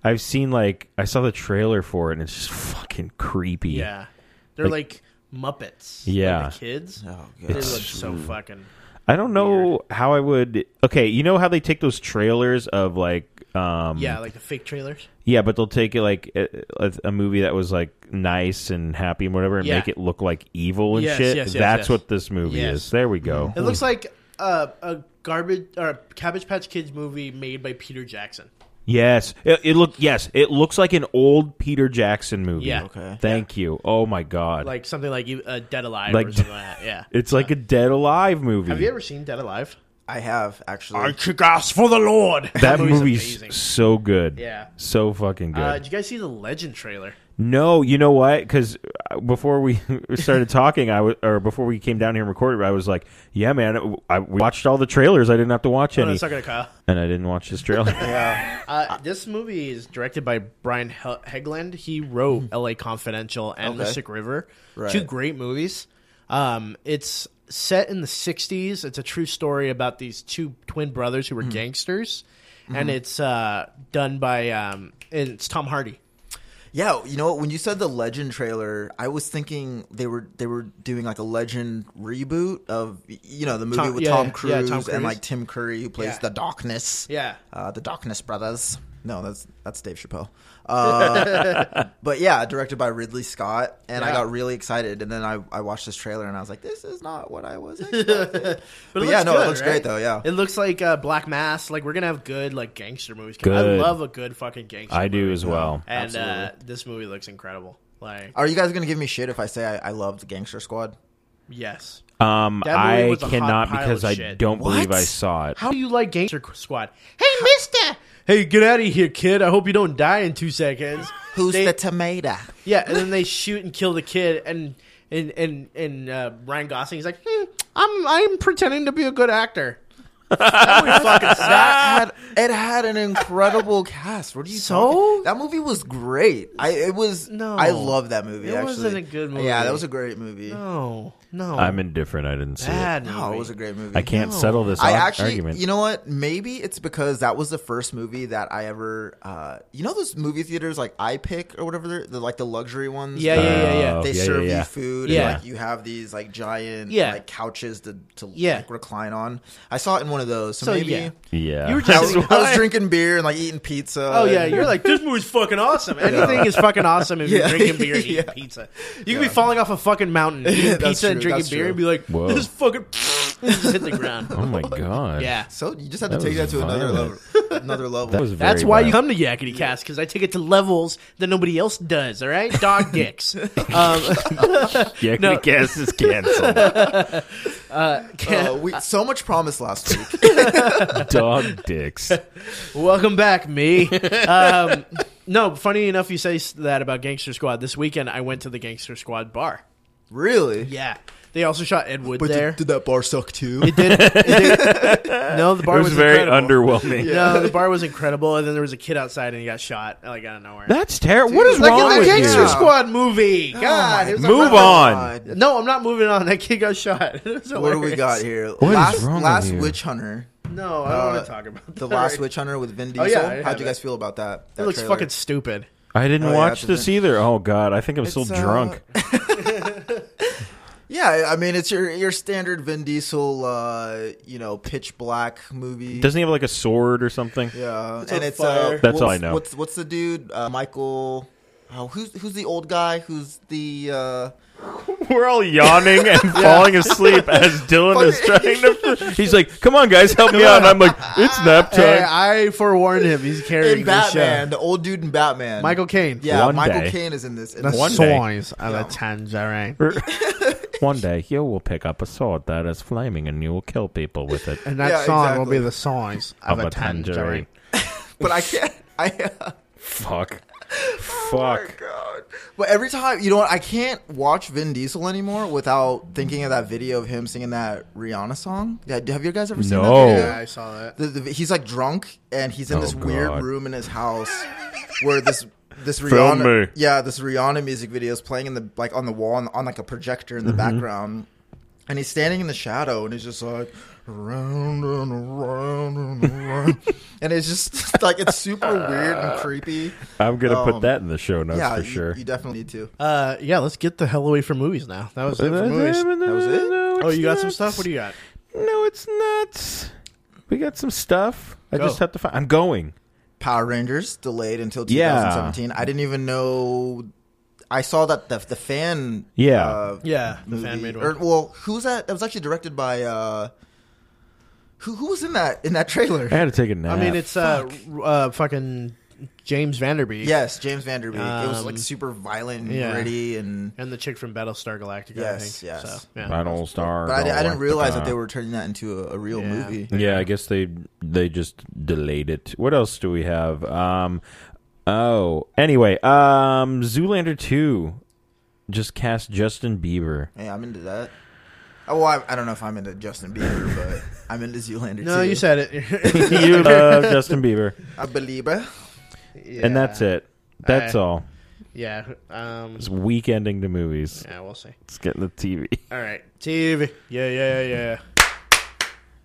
I've seen like I saw the trailer for it and it's just fucking creepy.
yeah, they're like, Muppets. like
Yeah.
the kids.
Oh,
they look
God.
so fucking.
I don't know how I would. Okay, you know how they take those trailers of like, um,
Yeah, like the fake trailers.
yeah, but they'll take it like a, a- a movie that was like nice and happy and whatever, and
Yeah.
make it look like evil and
Yes,
shit.
yes, yes,
That's
yes.
what this movie
Yes.
is. There we go.
It looks like a, a garbage or a Cabbage Patch Kids movie made by Peter Jackson.
Yes, it, it look. Yes, it looks like an old Peter Jackson movie.
Yeah.
Okay.
Thank you. Oh my god.
like something like you- uh, Dead Alive
Like-
or something like that. Yeah.
it's like a Dead Alive movie.
Have you ever seen Dead Alive?
I have actually.
kick ass for the Lord.
that movie's,
amazing.
so good.
Yeah.
So fucking good.
Uh, did you guys see the Legend trailer?
No, you know what? Because before we started talking, I was, or before we came down here and recorded, I was like, "Yeah, man, I we watched all the trailers. I didn't have to watch
Oh, no,
any,
it's not gonna Kyle.
and I didn't watch this trailer."
Uh, this movie is directed by Brian he- Hegland. He
Hmm.
wrote L.A. Confidential and The
Okay.
Sick River,
Right.
two great movies. Um, it's set in the '60s. It's a true story about these two twin brothers who
Hmm.
were gangsters, and it's uh, done by um, and it's Tom Hardy.
Yeah, you know what? When you said the Legend trailer, I was thinking they were they were doing like a Legend reboot of you know the movie
Tom-
with
yeah,
Tom,
yeah,
Cruise
Tom Cruise.
and like Tim Curry who plays
Yeah.
the Darkness.
Yeah.
uh, the Darkness Brothers. No, that's that's Dave Chappelle. Uh, but yeah, directed by Ridley Scott, and I
Yeah.
got really excited. And then I, I watched this trailer, and I was like, this is not what I was. expecting.
But, it
But yeah,
looks
no, it
good,
looks
right?
great, though, yeah.
it looks like uh, Black Mass. Like we're gonna have good like gangster movies. I
Good.
love a good fucking gangster.
I do
movie.
as well.
And uh, this movie looks incredible. Like
Are you guys gonna give me shit if I say I, I loved Gangster Squad?
yes,
Um,
That movie
I
was a hot
cannot
pile
because
of
I
shit.
don't believe
What?
I saw it.
how do you like Gangster Squad? Hey, Mister. Hey, get out of here, kid. I hope you don't die in two seconds.
Who's
They-
the tomato?
yeah? And then they shoot and kill the kid and. And and and uh, Ryan Gosling, he's like, hmm, I'm I'm pretending to be a good actor.
That movie fucking that had it had an incredible cast. What do you
So?
talking- That movie was great. I it was
No.
I love that movie.
It
actually.
wasn't a good movie.
Yeah, that was a great movie.
No, no.
I'm indifferent. I didn't see it.
bad.
No, it
movie.
was a great movie.
I can't
No.
settle this
I
ar-
actually,
argument.
you know what? Maybe it's because that was the first movie that I ever, uh, you know, those movie theaters like I pick or whatever, they're, the like the luxury ones.
Yeah, yeah, yeah, yeah.
Oh,
They
yeah,
serve
yeah, yeah.
you food.
Yeah.
and, like you have these like giant
Yeah.
like couches to to
Yeah.
like, recline on. I saw it in one of those, so,
So,
maybe
yeah.
yeah,
You were
I
just-
was,
That's
I was
why.
drinking beer and like eating pizza.
Oh yeah,
and-
you're like this movie's fucking awesome. Anything is fucking awesome if
Yeah.
you're drinking beer and eating
Yeah.
pizza. You can be falling off a fucking mountain, eating
That's
pizza and
true,
drinking
that's
beer,
true.
and be like,
Whoa.
this fucking just hit the ground.
oh my god.
Yeah,
So you just had to
That
take that
was
to another level.
violent.
Another level.
that was very
that's why you
violent.
come to Yakety Cast because I take it to levels that nobody else does. All right, dog dicks. um,
Yeah,
No.
the cast is canceled.
Uh, we, so much promise last week.
Dog dicks.
Welcome back, me. um, no, funny enough, you say s- that about Gangster Squad. This weekend, I went to the Gangster Squad bar.
Really?
Yeah, they also shot Ed Wood
But
there.
did, did that bar suck too?
It did. it did- No, the
It
bar
was,
was
very
incredible.
underwhelming.
No, the bar was incredible, and then there was a kid outside, and he got shot like out of nowhere.
That's terrible. What is
Like
wrong
like in
with
the Gangster
you?
Squad movie.
God,
God.
it was
Move
another
on.
one.
Oh no, I'm not moving on. That kid got shot. It was
What do we
hilarious.
got here?
is
last
wrong with
last
you?
Witch Hunter.
No, I don't
Uh,
want to talk about
The
that.
Last Witch Hunter with Vin Diesel.
Oh, yeah, I have
How'd you guys feel about that?
It
that
looks
trailer?
fucking stupid.
I didn't
Oh, yeah,
watch
it's a
this either. Oh god, I think I'm still
It's, uh,
drunk.
Yeah, I mean it's your your standard Vin Diesel, uh, you know, pitch black movie.
Doesn't he have like a sword or something?
yeah,
on
and it's
fire.
uh,
That's all I
what's-
know.
What's what's the dude? Uh, Michael. Oh, who's who's the old guy? Who's the uh,
We're all yawning and falling asleep as Dylan is trying to. He's like, "Come on, guys, help me out!" And I'm like, "It's nap
Hey,
time."
I forewarned him. He's carrying
in
this
Batman?
show.
The old dude in Batman,
Michael Caine.
Yeah,
One day.
Michael Caine is in this. And
The
One day.
soils of the tangerine.
One day you will pick up a sword that is flaming, and you will kill people with it.
And that
Yeah,
song will
exactly.
be the songs of, a tangerine.
but I can't. I. oh
Fuck.
my
Fuck.
god. But every time, you know what? I can't watch Vin Diesel anymore without thinking of that video of him singing that Rihanna song. Yeah, have you guys ever seen
No.
that
Yeah, I
video?
saw that.
The, the, he's like drunk and he's in
Oh,
this weird
God.
room in his house where this this
Film me.
Rihanna yeah this Rihanna music video is playing in the like on the wall on, on like a projector in the
Mm-hmm.
background and he's standing in the shadow and he's just like round and around and around and it's just like it's super weird and creepy
I'm gonna put
Um,
that in the show notes
yeah
for
you-
sure.
you definitely need to
Uh, yeah, let's get the hell away from movies now. That was it for movies.
was it?
Oh, you got some stuff? What do you got?
No, it's nuts. We got some stuff. I
Go.
just have to find. I'm going.
Power Rangers delayed until
Yeah.
2017. I didn't even know. I saw that the the fan
Yeah.
uh,
Yeah, the
movie,
fan made
or,
one.
well who was that? It was actually directed by uh, who who was in that in that trailer?
I had to take a nap.
I mean, it's uh, r- uh, fucking James Vanderbeek.
yes, James Vanderbeek. it was
Um,
like super violent and
yeah.
gritty and.
And the chick from Battlestar Galactica. I
Yes,
think.
yes.
So, yeah.
Battle Star.
But I, di- I didn't realize that they were turning that into a, a real
Yeah.
movie.
Uh, Yeah, I guess they they just delayed it. What else do we have? Um, oh, anyway, um, Zoolander two just cast Justin Bieber.
Yeah, I'm into that. Oh, well, I, I don't know if I'm into Justin Bieber, but I'm into Zoolander.
No,
too.
you said it.
you love Justin Bieber,
I believe it.
Yeah.
and that's it. That's
I-
all.
Yeah. Um,
It's week ending to movies.
yeah, we'll see.
Let's get in the TV.
All right. TV. Yeah, yeah, yeah.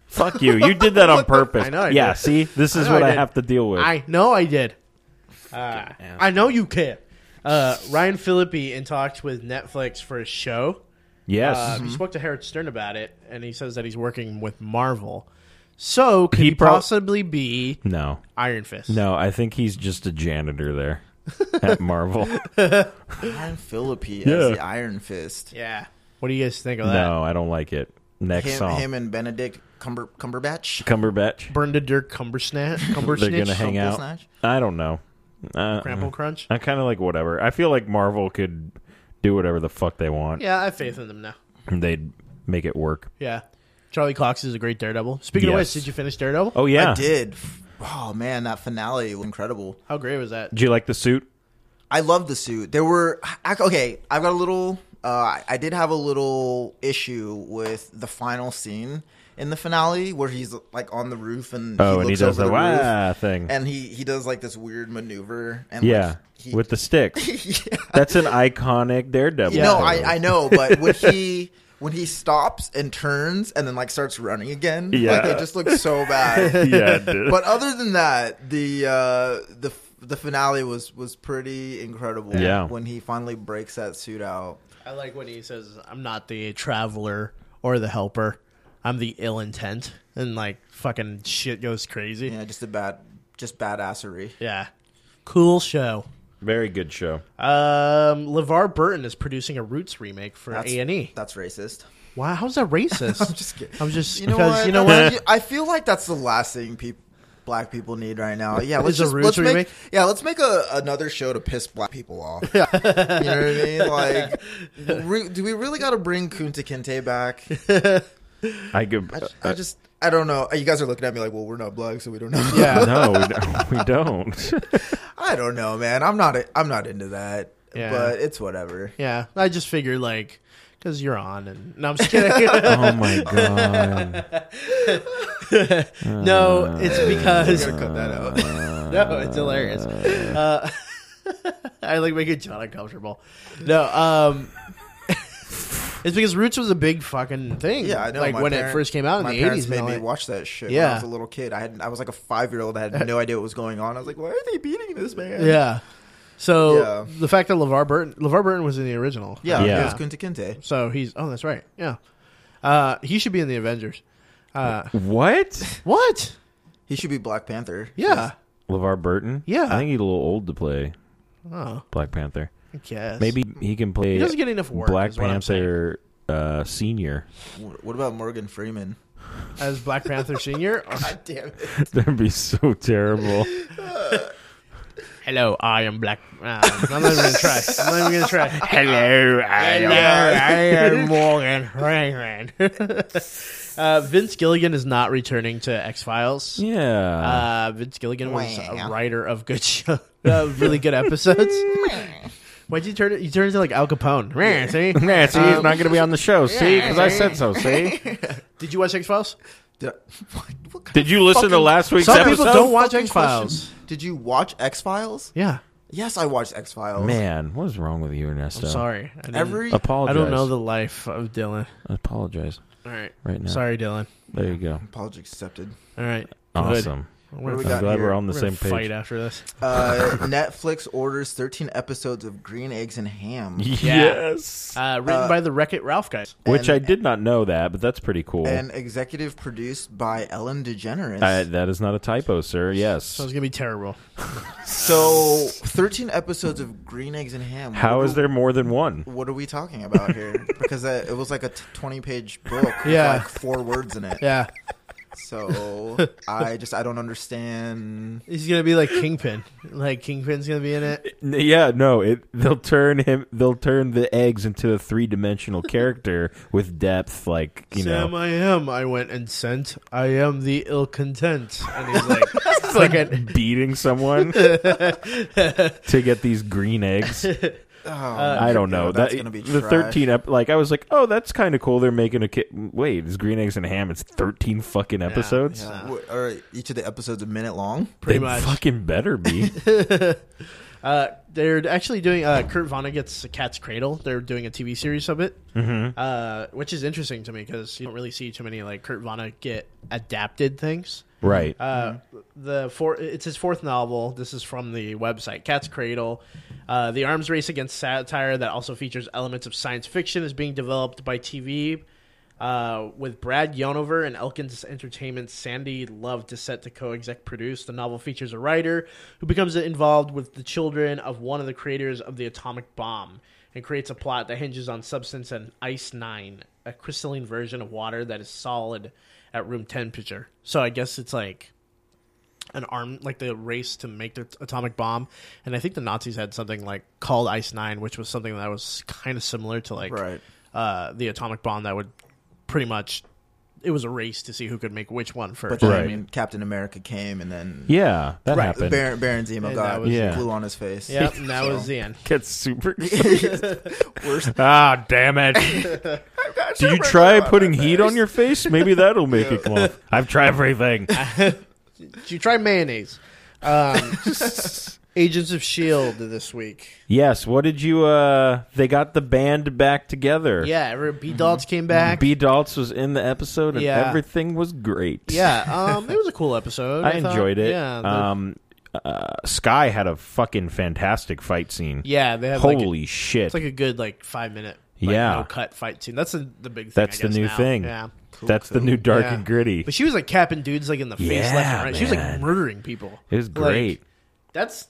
Fuck you. You did that on purpose.
I know I
yeah.
did.
See, this is
know
what
I
I,
did.
have to deal with.
I know I did. Uh, I know you can. Uh, Ryan Philippi in talks with Netflix for a show.
yes. Mm-hmm.
Uh, He spoke to Howard Stern about it, and he says that he's working with Marvel. So could
He
he,
prob-
possibly be
no.
Iron Fist?
No, I think he's just a janitor there at Marvel.
Ryan Phillippe
Yeah.
as the Iron Fist.
Yeah. What do you guys think of that?
no, I don't like it. Next
him,
song.
him and Benedict Cumber, Cumberbatch.
Cumberbatch.
Brenda Dirk Cumbersnatch. Cumbersnitch.
They're gonna hang out.
Cumbersnatch?
I don't know. Uh,
Crample Crunch.
I kind of like whatever. I feel like Marvel could do whatever the fuck they want.
Yeah, I have faith in them now.
And they'd make it work.
Yeah. Charlie Cox is a great Daredevil. Speaking of
Yes.
which, did you finish Daredevil?
Oh yeah.
I did. Oh man, that finale was incredible.
How great was that?
Did you like the suit?
I love the suit. There were I, okay. I've got a little. Uh, I did have a little issue with the final scene in the finale where he's like on the roof and
Oh, and he
looks
does
over
the
roof,
wah thing.
and he he does like this weird maneuver and
yeah,
like, he,
with the sticks. That's an iconic Daredevil.
No,
pose.
I, I know, but when he when he stops and turns and then like starts running again, like
Yeah.
it just looks so bad.
yeah, dude.
but other than that, the uh, the f- the finale was was pretty incredible.
Yeah.
when he finally breaks that suit out.
I like when he says, "I'm not the traveler or the helper. I'm the ill intent," and like fucking shit goes crazy.
Yeah, just a bad just badassery.
yeah. cool show.
very good show.
Um, LeVar Burton is producing a Roots remake for
That's-
A and E.
That's racist.
Wow, how's that racist? I'm
just kidding.
I'm just
You know
because
what?
you know
That's-
what?
I feel like that's the last thing people. Black people need right now. Yeah, let's
Is a
just
Roots
let's make,
remake?
yeah, let's make a, another show to piss black people off. you know what I mean? Like, re, do we really got to bring Kunta Kinte back?
I could. uh,
I just, I don't know. You guys are looking at me like, well, we're not black, so we don't know.
Yeah.
uh, no, we don't- we don't.
I don't know, man. I'm not, I'm not into that.
Yeah.
But it's whatever.
Yeah, I just figured like because you're on, and no, I'm just kidding.
oh my god!
no, it's because
Gotta cut that out.
no, it's hilarious. Uh, I like making John uncomfortable. No, um, it's because Roots was a big fucking thing.
Yeah, I know.
Like
my
when
parent-
it first came out in
my
the
parents
eighties,
made me watch that shit. when I
Yeah.
was a little kid. I had, I was like a five year old. I had no idea what was going on. I was like, why are they beating this man?
Yeah. So
Yeah.
the fact that LeVar Burton, LeVar Burton was in the original.
yeah.
Yeah.
It was Kunta Kinte.
So he's oh that's right. Yeah. Uh, he should be in the Avengers. Uh,
What?
what?
He should be Black Panther.
Yeah.
LeVar Burton?
Yeah.
I think he's a little old to play
Oh,
Black Panther.
I guess
Maybe he can play.
he doesn't get enough work.
Black
is what I'm saying.
Panther uh, senior.
Wh- What about Morgan Freeman?
as Black Panther Senior. Oh,
Damn it.
That'd be so terrible.
Hello, I am Black. Uh, I'm not even gonna try. I'm not even gonna try.
Hello, I
Hello, I am Morgan Freeman. uh, Vince Gilligan is not returning to X Files.
Yeah.
Uh, Vince Gilligan was a
Wow.
writer of good show, uh, really good episodes. Why'd you turn it? You turned into like Al Capone. Meh, See? Um,
yeah, see, he's not going to be on the show. see, because I said so. See,
Did you watch X Files?
Did, what, what kind
did you listen to
Fucking-
last week's
Some
episode?
people don't
of
watch
fucking
X Files.
question? Did you watch X Files?
Yeah,
Yes, I watched X Files.
Man, what is wrong with you, Ernesto?
sorry. I didn't-
Every
I
Apologize.
don't know the life of Dylan.
Apologize.
All right,
Right now.
sorry, Dylan.
There you go.
apology accepted.
All right,
Awesome.
Good.
What
We're
do we
gonna-
I'm
got
glad
here?
we're on the
we're
same
gonna
page.
Fight after this.
Uh, Netflix orders 13 episodes of Green Eggs and Ham.
Yes.
Uh, written by the Wreck It Ralph guys.
Which I
and-
did not know that, but that's pretty cool.
And executive produced by Ellen DeGeneres.
Uh, that is not a typo, sir. Yes.
So it's gonna be terrible.
so, 13 episodes of Green Eggs and Ham.
How
What
is
are-
there more than one?
What are we talking about here? because that, it was like a t- 20 page book with
Yeah.
like four words in it.
Yeah,
So, I just, I don't understand.
he's gonna be like Kingpin. Like Kingpin's gonna be in it.
N- Yeah, no. It they'll turn him. They'll turn the eggs into a three dimensional character with depth, like you
Sam,
know,
I am. I went and sent. I am the ill content. And he's like, it's like an,
beating someone to get these green eggs.
Oh,
Uh, I don't know.
That's
that,
going to be
the
trash.
thirteen. Ep- like I was like, oh, that's kind of cool. They're making a kid. Wait, it's green eggs and ham. It's thirteen fucking episodes.
Yeah.
Nah.
Uh, Wh- All right, each of the episodes a minute long.
pretty
They
much.
fucking better be.
Uh, they're actually doing uh, Kurt Vonnegut's Cat's Cradle. They're doing a TV series of it, mm-hmm. uh, which is interesting to me because you don't really see too many like Kurt Vonnegut adapted things.
right.
Uh, the four, it's his fourth novel. This is from the website Cat's Cradle. Uh, the arms race against satire that also features elements of science fiction is being developed by TV uh, with Brad Yonover and Elkins Entertainment's Sandy Love to set to co-exec produce. The novel features a writer who becomes involved with the children of one of the creators of the atomic bomb and creates a plot that hinges on substance and ice nine, a crystalline version of water that is solid at room temperature. So I guess it's like an arm like the race to make their t- atomic bomb and i think the nazis had something like called ice nine which was something that was kind of similar to like
Right.
uh, the atomic bomb that would pretty much it was a race to see who could make which one
But
first
then
Right.
Captain America came, and then
yeah, that
Right,
happened.
Baron, Baron Zemo
And that
got
was-
Yeah.
glue on his face.
yep and that was the end
Gets super.
Worst.
ah, damn it.
not sure
Did you
if I
try
forgot my
putting heat
face.
on your face? Maybe that'll make it come off. I've tried everything.
Did you try mayonnaise? Um, Agents of Shield E this week.
yes. What did you? uh They got the band back together.
Yeah, every- B
Mm-hmm.
Dots came back.
B. Daltz was in the episode, and
Yeah.
everything was great.
yeah, um, it was a cool episode.
Mm-hmm. I,
thought.
enjoyed it.
Yeah, the-
um, uh, Sky had a fucking fantastic fight scene.
yeah, they had
Holy
like a,
shit!
it's like a good like five minute like,
Yeah.
no cut fight scene. That's the, the big thing.
That's
I
the
guess,
new
now.
thing.
Yeah.
That's the new dark
Yeah.
and gritty.
But she was like capping dudes like in the face
Yeah,
left and right. She was like
man.
murdering people.
It was great.
That's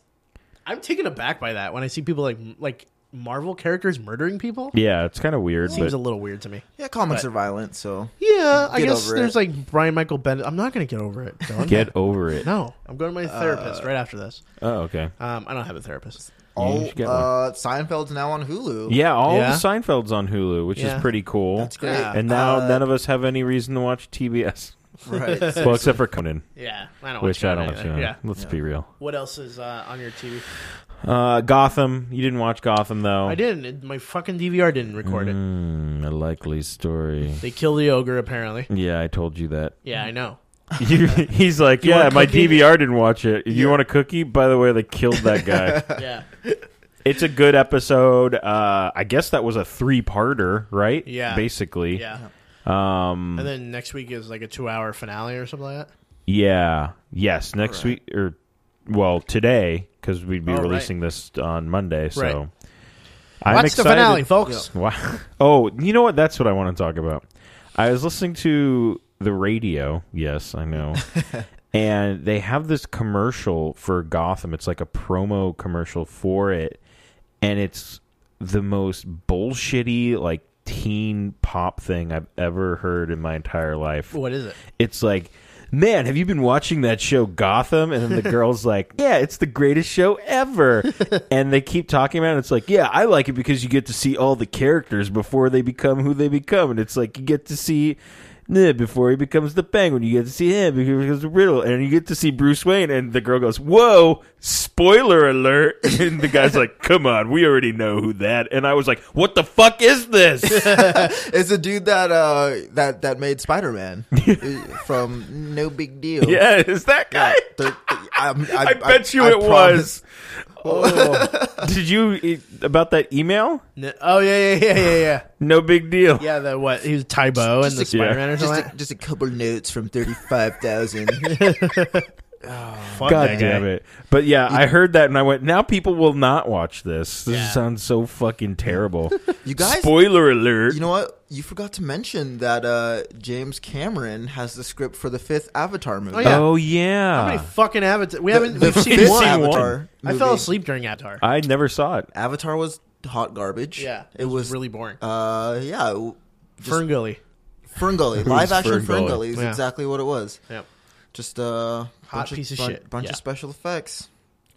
I'm taken aback by that when I see people like like Marvel characters murdering people.
yeah, it's kind of weird,
Seems
but
a little weird to me.
Yeah, comics are violent, so
Yeah, I
Get
guess
over
there's
it.
like Brian Michael Bendis. I'm not gonna get over it. Dylan.
get over it.
no, I'm going to my
Uh,
therapist right after this.
Oh, okay.
Um, I don't have a therapist.
all
should get one.
uh, Seinfeld's now on Hulu.
Yeah, all
Yeah.
the Seinfeld's on Hulu, which
Yeah.
is pretty cool.
that's great.
Yeah.
And now
Uh,
none of us have any reason to watch TBS.
right.
Well, except for Conan,
Yeah, I don't.
which
watch
I don't
that
watch.
either. Yeah.
Yeah. Let's be real.
What else is uh, on your TV?
Uh, Gotham. You didn't watch Gotham though.
I didn't. It- my fucking DVR didn't record it.
Mm, a likely story.
They kill the ogre apparently.
Yeah, I told you that.
Yeah, I know.
You- He's like,
You
yeah,
want a
my
cookie?"
DVR didn't watch it. You want a cookie? By the way, they killed that guy.
Yeah,
it's a good episode. Uh, I guess that was a three-parter, right?
Yeah.
Basically.
yeah.
Um,
And then next week is like a two-hour finale or something like that.
Yeah. Yes. Next week, or well, today, because we'd be
Oh, right.
releasing this on Monday. So
Right.
I'm
Watch
excited.
the finale, folks.
Wow. Oh, you know what? That's what I want to talk about. I was listening to the radio. Yes, I know. and they have this commercial for Gotham. It's like a promo commercial for it, and it's the most bullshitty like teen pop thing I've ever heard in my entire life
What is it?
it's like man have you been watching that show gotham and then the girl's like yeah it's the greatest show ever and they keep talking about it it's like yeah i like it because you get to see all the characters before they become who they become and it's like you get to see Ned before he becomes the penguin you get to see him because he becomes the riddle and you get to see bruce wayne and the girl goes whoa spoiler alert and the guy's like come on we already know who that and i was like what the fuck is this
It's a dude that uh that that made Spider Man from No Big Deal.
yeah is that guy
Thir- I'm- I,
I bet you
I
it was.
promise.
Oh. Did you e- about that email?
N- Oh yeah, yeah, yeah, yeah, yeah.
No big deal.
Yeah, the what? He was Tybo and the
just a-
Spider Man or something.
Just a, just a couple notes from thirty five thousand.
Fuck
God
that
damn
guy.
it. But yeah, I heard that and I went, now people will not watch this. This
Yeah.
sounds so fucking terrible.
You guys-
Spoiler alert.
you know what? You forgot to mention that uh, James Cameron has the script for the fifth Avatar movie. Uh,
Oh, yeah.
Oh,
How many
yeah.
fucking Avatar? We haven't.
Ah. the
we've seen
fifth
one.
Avatar.
I fell
movie.
asleep during Avatar.
I never saw it.
Avatar was hot garbage.
yeah,
it was
really boring.
Uh, yeah, w- just
Ferngully.
Ferngully, live action
Ferngully?
Ferngully is
Yeah.
exactly what it was.
Yep.
Just a
Hot
bunch
piece of
bun-
shit.
bunch
Yeah.
of special effects.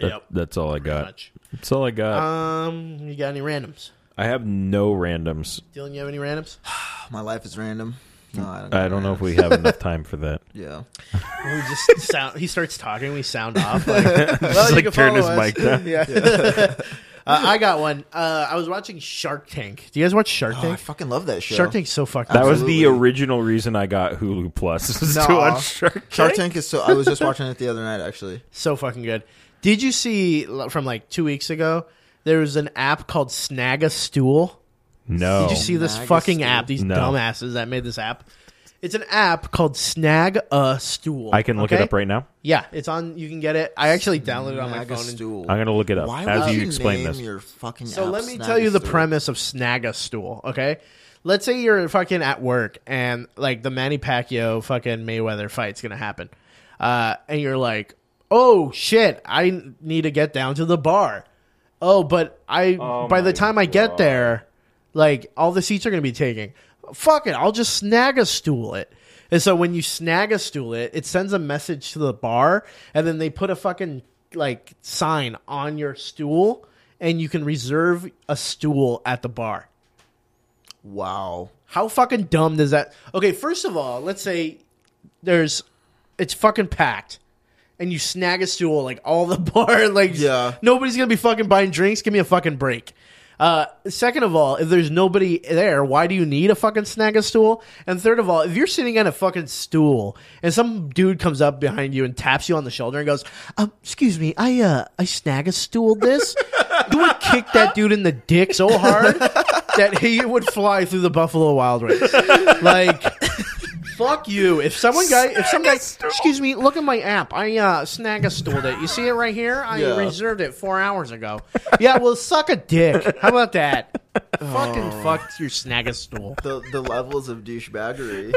That-
Yep.
That's all I
Pretty
got.
much.
That's all I got.
Um, you got any randoms?
I have no randoms.
Dylan, you have any randoms?
Oh, My life is random. No, I don't.
I don't know if we have enough time for that.
Yeah.
we just sound. He starts talking. We sound off. Like, well, Oh, you
like
can
turn his
follow us.
mic down.
Yeah. uh, I got one. Uh, I was watching Shark Tank. Do you guys watch Shark
Oh, I
Tank?
fucking love that show.
Shark Tank's so fucked.
That
up.
was the
Absolutely.
original reason I got Hulu Plus. was to
Nah.
watch Shark
Shark
Tank.
Tank is so. I was just watching it the other night, actually.
so fucking good. Did you see l- from like two weeks ago? There was an app called Snag a Stool.
No.
Did you see this
Snag a
fucking
Stool.
app? These
Oh. No.
dumbasses that made this app. It's an app called Snag a Stool.
I can look
okay?
it up right now.
Yeah, it's on. You can get it. I actually downloaded it on my
Snag a
phone. and-
stool.
I'm gonna look it up
Why
as
would
you explain
name
this.
Your fucking
So
app
let me
Snag
tell
a
you the
Stool?
premise of Snag a Stool, okay? Let's say you're fucking at work and like the Manny Pacquiao fucking Mayweather fight's gonna happen. Uh, and you're like, oh shit, I need to get down to the bar. Oh, but I, by the time I get there, like all the seats are gonna be taken. Fuck it, I'll just snag a stool it. And so when you snag a stool it, it sends a message to the bar, and then they put a fucking like sign on your stool, and you can reserve a stool at the bar.
Wow.
How fucking dumb does that? Okay, first of all, let's say there's it's fucking packed, and you snag a stool like all the bar like
Yeah.
nobody's gonna be fucking buying drinks. Give me a fucking break. Uh, second of all, if there's nobody there, why do you need a fucking snag a stool? And third of all, if you're sitting on a fucking stool and some dude comes up behind you and taps you on the shoulder and goes, um, "Excuse me, I uh, I snag a stool this," you would kick that dude in the dick so hard that he would fly through the Buffalo Wild Wings. Like, fuck you. If someone guy, if some guy, excuse me, look at my app. I uh, snag a stooled it. You see it right here? I
Yeah.
reserved it four hours ago. Yeah, well, suck a dick. How about that? Fucking
Oh.
fuck your snag a stool.
The the levels of douchebaggery.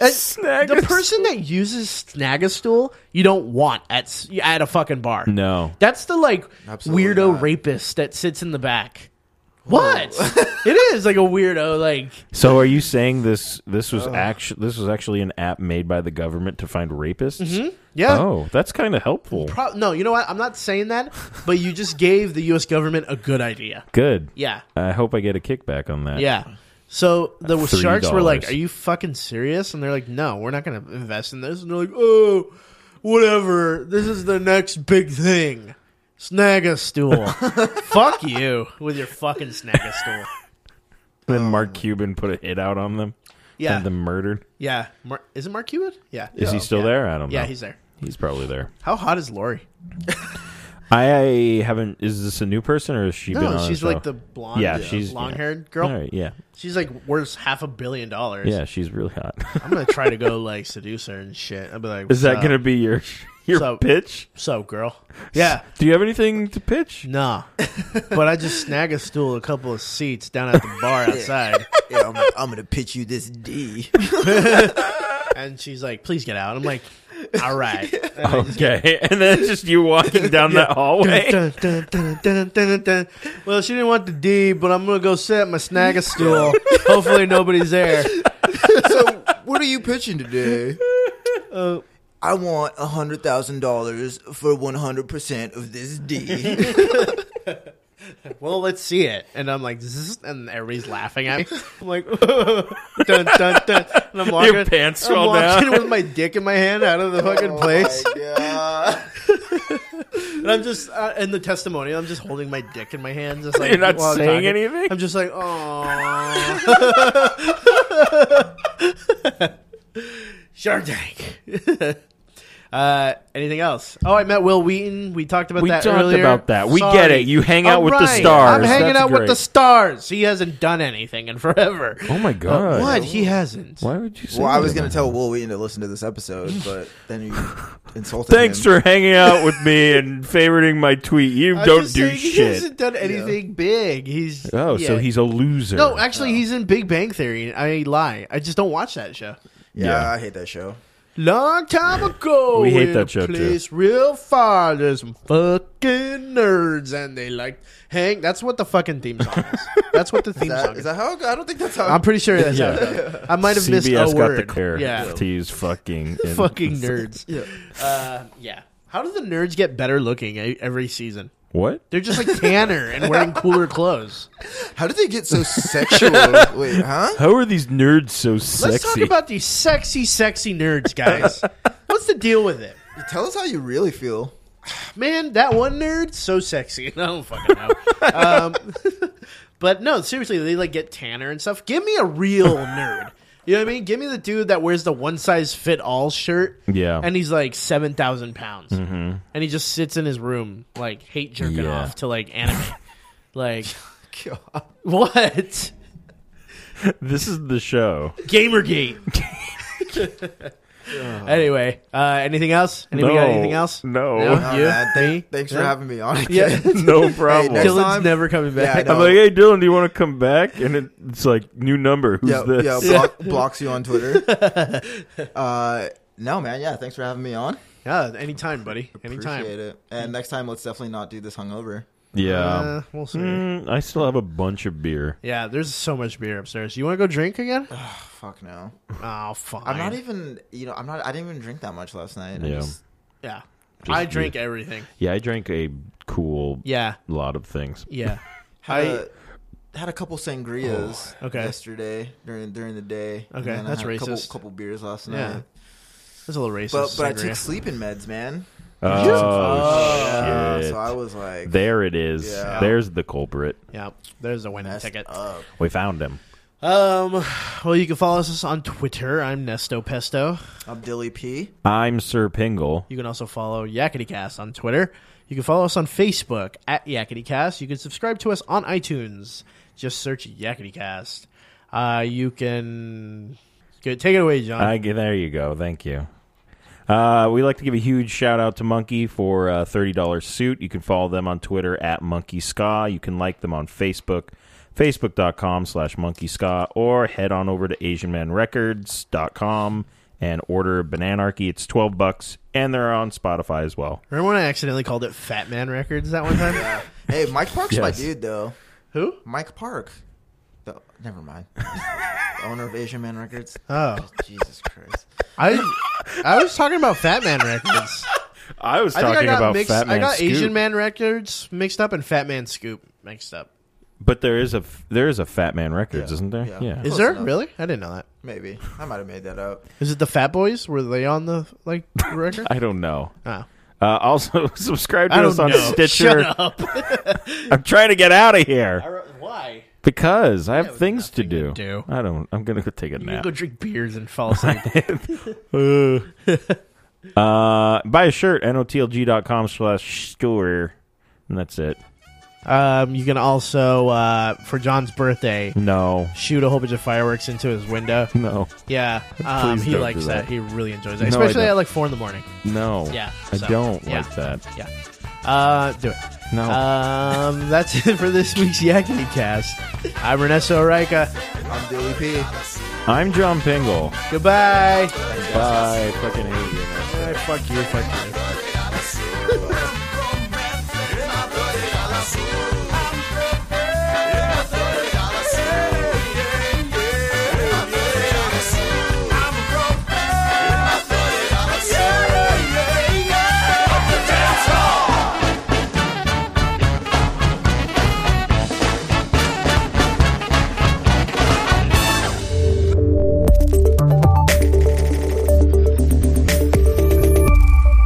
Snag
The person that uses snag a stool, you don't want at s- at a fucking bar.
No.
That's the like
Absolutely
weirdo
not. Oh.
rapist that sits in the back. What? it is like a weirdo. Like
So are you saying this this was actu this was actually an app made by the government to find rapists?
yeah.
Oh, that's kind of helpful.
Mm-hmm. Pro- no, you know what? I'm not saying that, but you just gave the U.S. government a good idea.
Good.
Yeah,
I hope I get a kickback on that.
yeah. So the
Three
sharks were like,
dollars.
"Are you fucking serious?" And they're like, "No, we're not going to invest in this." And they're like, "Oh, whatever. This is the next big thing. Snag a stool. Fuck you with your fucking snag a stool.
Then Mark Cuban put a hit out on them.
Yeah,
And them murdered.
yeah. Mar- is it Mark Cuban? Yeah.
Is he still
Yeah.
there? I don't know.
Yeah, he's there.
He's probably there.
How hot is Lori?
I haven't. Is this a new person or has she been
No,
on? a
she's
show?
like the blonde,
Yeah, she's yeah.
long-haired girl.
All right, yeah,
She's like worth half a billion dollars.
yeah, she's really hot.
I'm gonna try to go like seduce her and shit. I'll be like,
Is that
"Sup?
gonna be your your
So-
pitch?
so girl? Yeah,
Do you have anything to pitch?
nah. but I just snag a stool, a couple of seats down at the bar outside,
yeah, I'm, I'm gonna pitch you this D.
and she's like, "Please get out." I'm like, "All right."
Okay, and then it's just you walking down that hallway.
Dun, dun, dun, dun, dun, dun. Well, she didn't want the D, but I'm gonna go sit at my snag a stool. Hopefully, nobody's there.
so what are you pitching today?
Uh,
I want a hundred thousand dollars for one hundred percent of this D.
Well, let's see it. And I'm like, Zzz, and everybody's laughing at me. I'm like, dun, dun, dun. And I'm walking,
pants
I'm
fall down. Oh
walking with my dick in my hand out of the fucking place.
Oh
And I'm just uh, in the testimonial. I'm just holding my dick in my hand, just like
You're not
while I'm
saying
talking.
anything?
I'm just like, oh, Shark Tank. uh, anything else? Oh, I met Will Wheaton. We talked about
We
that.
talked
earlier.
about that. We
Sorry.
get it. You hang out
All
with the
right. I'm
stars.
hanging
That's
out with
great.
the stars. He hasn't done anything in forever.
Oh my god!
what? He hasn't.
Why would you? Say
Well, I was
that?
gonna tell Will Wheaton to listen to this episode, but then you insulted
Thanks
him.
for hanging out with me and favoriting my tweet. You
I'm
don't
just
do
saying He
shit.
hasn't done anything big. He's
Oh, so
yeah.
he's a loser.
No, actually, he's in Big Bang Theory. I lie. I just don't watch that show.
Yeah,
Yeah.
I hate that show.
Long time ago,
We hate
in
that
a
show, too.
place real far, there's some fucking nerds, and they like hang. That's what the fucking theme song is. that's what the theme
Is that-
song
is
is.
that how? it go- I don't think that's how.
I'm pretty sure that's
Yeah.
how it goes. I might have missed a
CBS got
word.
the clear
Yeah,
to use fucking in-
fucking nerds. Yeah. Uh, yeah. How do the nerds get better looking e- every season?
What?
They're just like tanner and wearing cooler clothes.
how did they get so sexual? Wait, huh?
How are these nerds so sexy?
Let's talk about these sexy, sexy nerds, guys. What's the deal with it?
Tell us how you really feel.
Man, that one nerd so sexy. I don't fucking know. um, but no, seriously, they like get tanner and stuff. Give me a real nerd. You know what I mean? Give me the dude that wears the one size fit all shirt.
Yeah.
and he's like seven thousand pounds, and he just sits in his room like hate jerking
Mm-hmm. Yeah.
off to like anime. like what?
this is the show.
Gamergate. anyway, uh, anything else? Anybody got
No.
anything else?
No.
Oh,
You?
man,
Me?
thank, thanks for
Yeah.
having me on.
Yeah.
Again.
No problem.
next-
Dylan's
time-
never coming
Yeah, I
back.
know.
I'm like, hey, Dylan, do you want to come back? And it, it's like, new number. Who's
Yeah,
this?
yeah, block, blocks you on Twitter. uh, no, man. Yeah, thanks for having me on.
Yeah, anytime, buddy. Anytime.
Appreciate it. And next time, let's definitely not do this hungover.
Yeah.
Uh,
Um,
we'll see.
Mm, I still have a bunch of beer.
Yeah, there's so much beer upstairs. You want to go drink again?
Fuck no.
Oh, fine.
I'm not even. You know, I'm not. I didn't even drink that much last night. I
Yeah.
just-
Yeah.
Just
I drink everything.
Yeah, I drank a cool
Yeah.
lot of things.
Yeah. I-
had, a had a couple sangrias
Oh, okay.
yesterday during during the day. and
Okay,
then I
that's
had a couple,
racist.
couple beers last
Yeah.
night.
That's a little racist.
But but I
sangria. Oh,
took sleeping meds, man.
Oh,
Uh,
shit.
so I was like,
there it is.
Yeah.
There's the culprit.
Yeah, there's a winning
messed
ticket.
up.
We found him.
Um, well, you can follow us on Twitter. I'm Nesto Pesto.
I'm Dilly P.
I'm Sir Pingle.
You can also follow YakityCast on Twitter. You can follow us on Facebook at YakityCast. You can subscribe to us on iTunes. Just search YakityCast. Uh, you can Good, take it away, John.
I, there you go. Thank you. Uh, we like to give a huge shout out to Monkey for a $30 suit. You can follow them on Twitter at Monkey Ska. You can like them on Facebook, facebook.com slash Monkey Ska, or head on over to AsianManRecords.com and order Bananarchy. It's 12 bucks, and they're on Spotify as well.
Remember when I accidentally called it Fat Man Records that one time?
Hey, Mike Park's my
Yes.
dude, though.
Who?
Mike Park. The, never mind. Owner of Asian Man Records.
Oh,
Jesus Christ.
I I was talking about Fat Man Records.
I was
I
talking
think I got
about
mixed.
Fat Man
I got
Scoop,
Asian Man Records mixed up and Fat Man Scoop mixed up.
But there is a there is a Fat Man Records,
Yeah.
isn't there?
Yeah.
yeah.
Is
Close
there
enough.
really? I didn't know that.
Maybe. I might have made that up.
Is it the Fat Boys? Were they on the like record?
I don't know.
oh.
Uh, also, subscribe to
I
us
don't
on
know.
Stitcher.
Shut up.
I'm trying to get out of here
Why?
because I have
was
things to
nothing to do.
do. I don't. I'm gonna go take a
You
nap.
go drink beers and fall asleep.
Uh, buy a shirt. notlg.com slash store, and that's it.
um, you can also, uh, for John's birthday,
No,
shoot a whole bunch of fireworks into his window.
no,
Yeah, um,
Please
he
don't
likes
do
that.
that.
He really enjoys that,
No, I
especially at
don't.
like four in the morning.
no.
Yeah,
I
so,
don't
yeah.
like that.
Yeah, uh, do it.
No.
Um, that's it for this week's Yakety Cast. I'm Ernesto Oreca.
I'm Dilly P.
I'm John Pingle.
Goodbye.
Bye. Fucking hate you.
Alright, fuck you. Fuck you.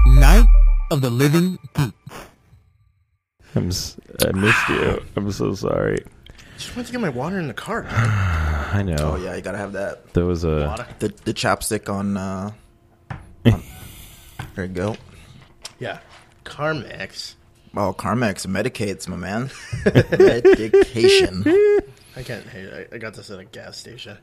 Night of the Living Geek.
I'm. s- I missed you. I'm so sorry.
Just went to get my water in the car.
I know.
Oh, yeah, you gotta have that.
There was a.
The, the chapstick on. Uh, on there you go.
Yeah, Carmex.
Oh, Carmex medicates, my man. Medication.
I can't hate. I, I got this at a gas station.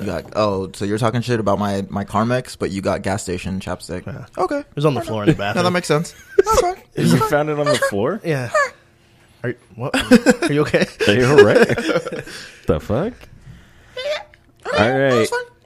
You got, oh, so you're talking shit about my, my Carmex, but you got gas station chapstick. Okay.
It was on the floor in the
No,
bathroom.
that makes sense.
You found it on the floor.
yeah. Are you, what? Are you okay?
Are you alright? the fuck? All right.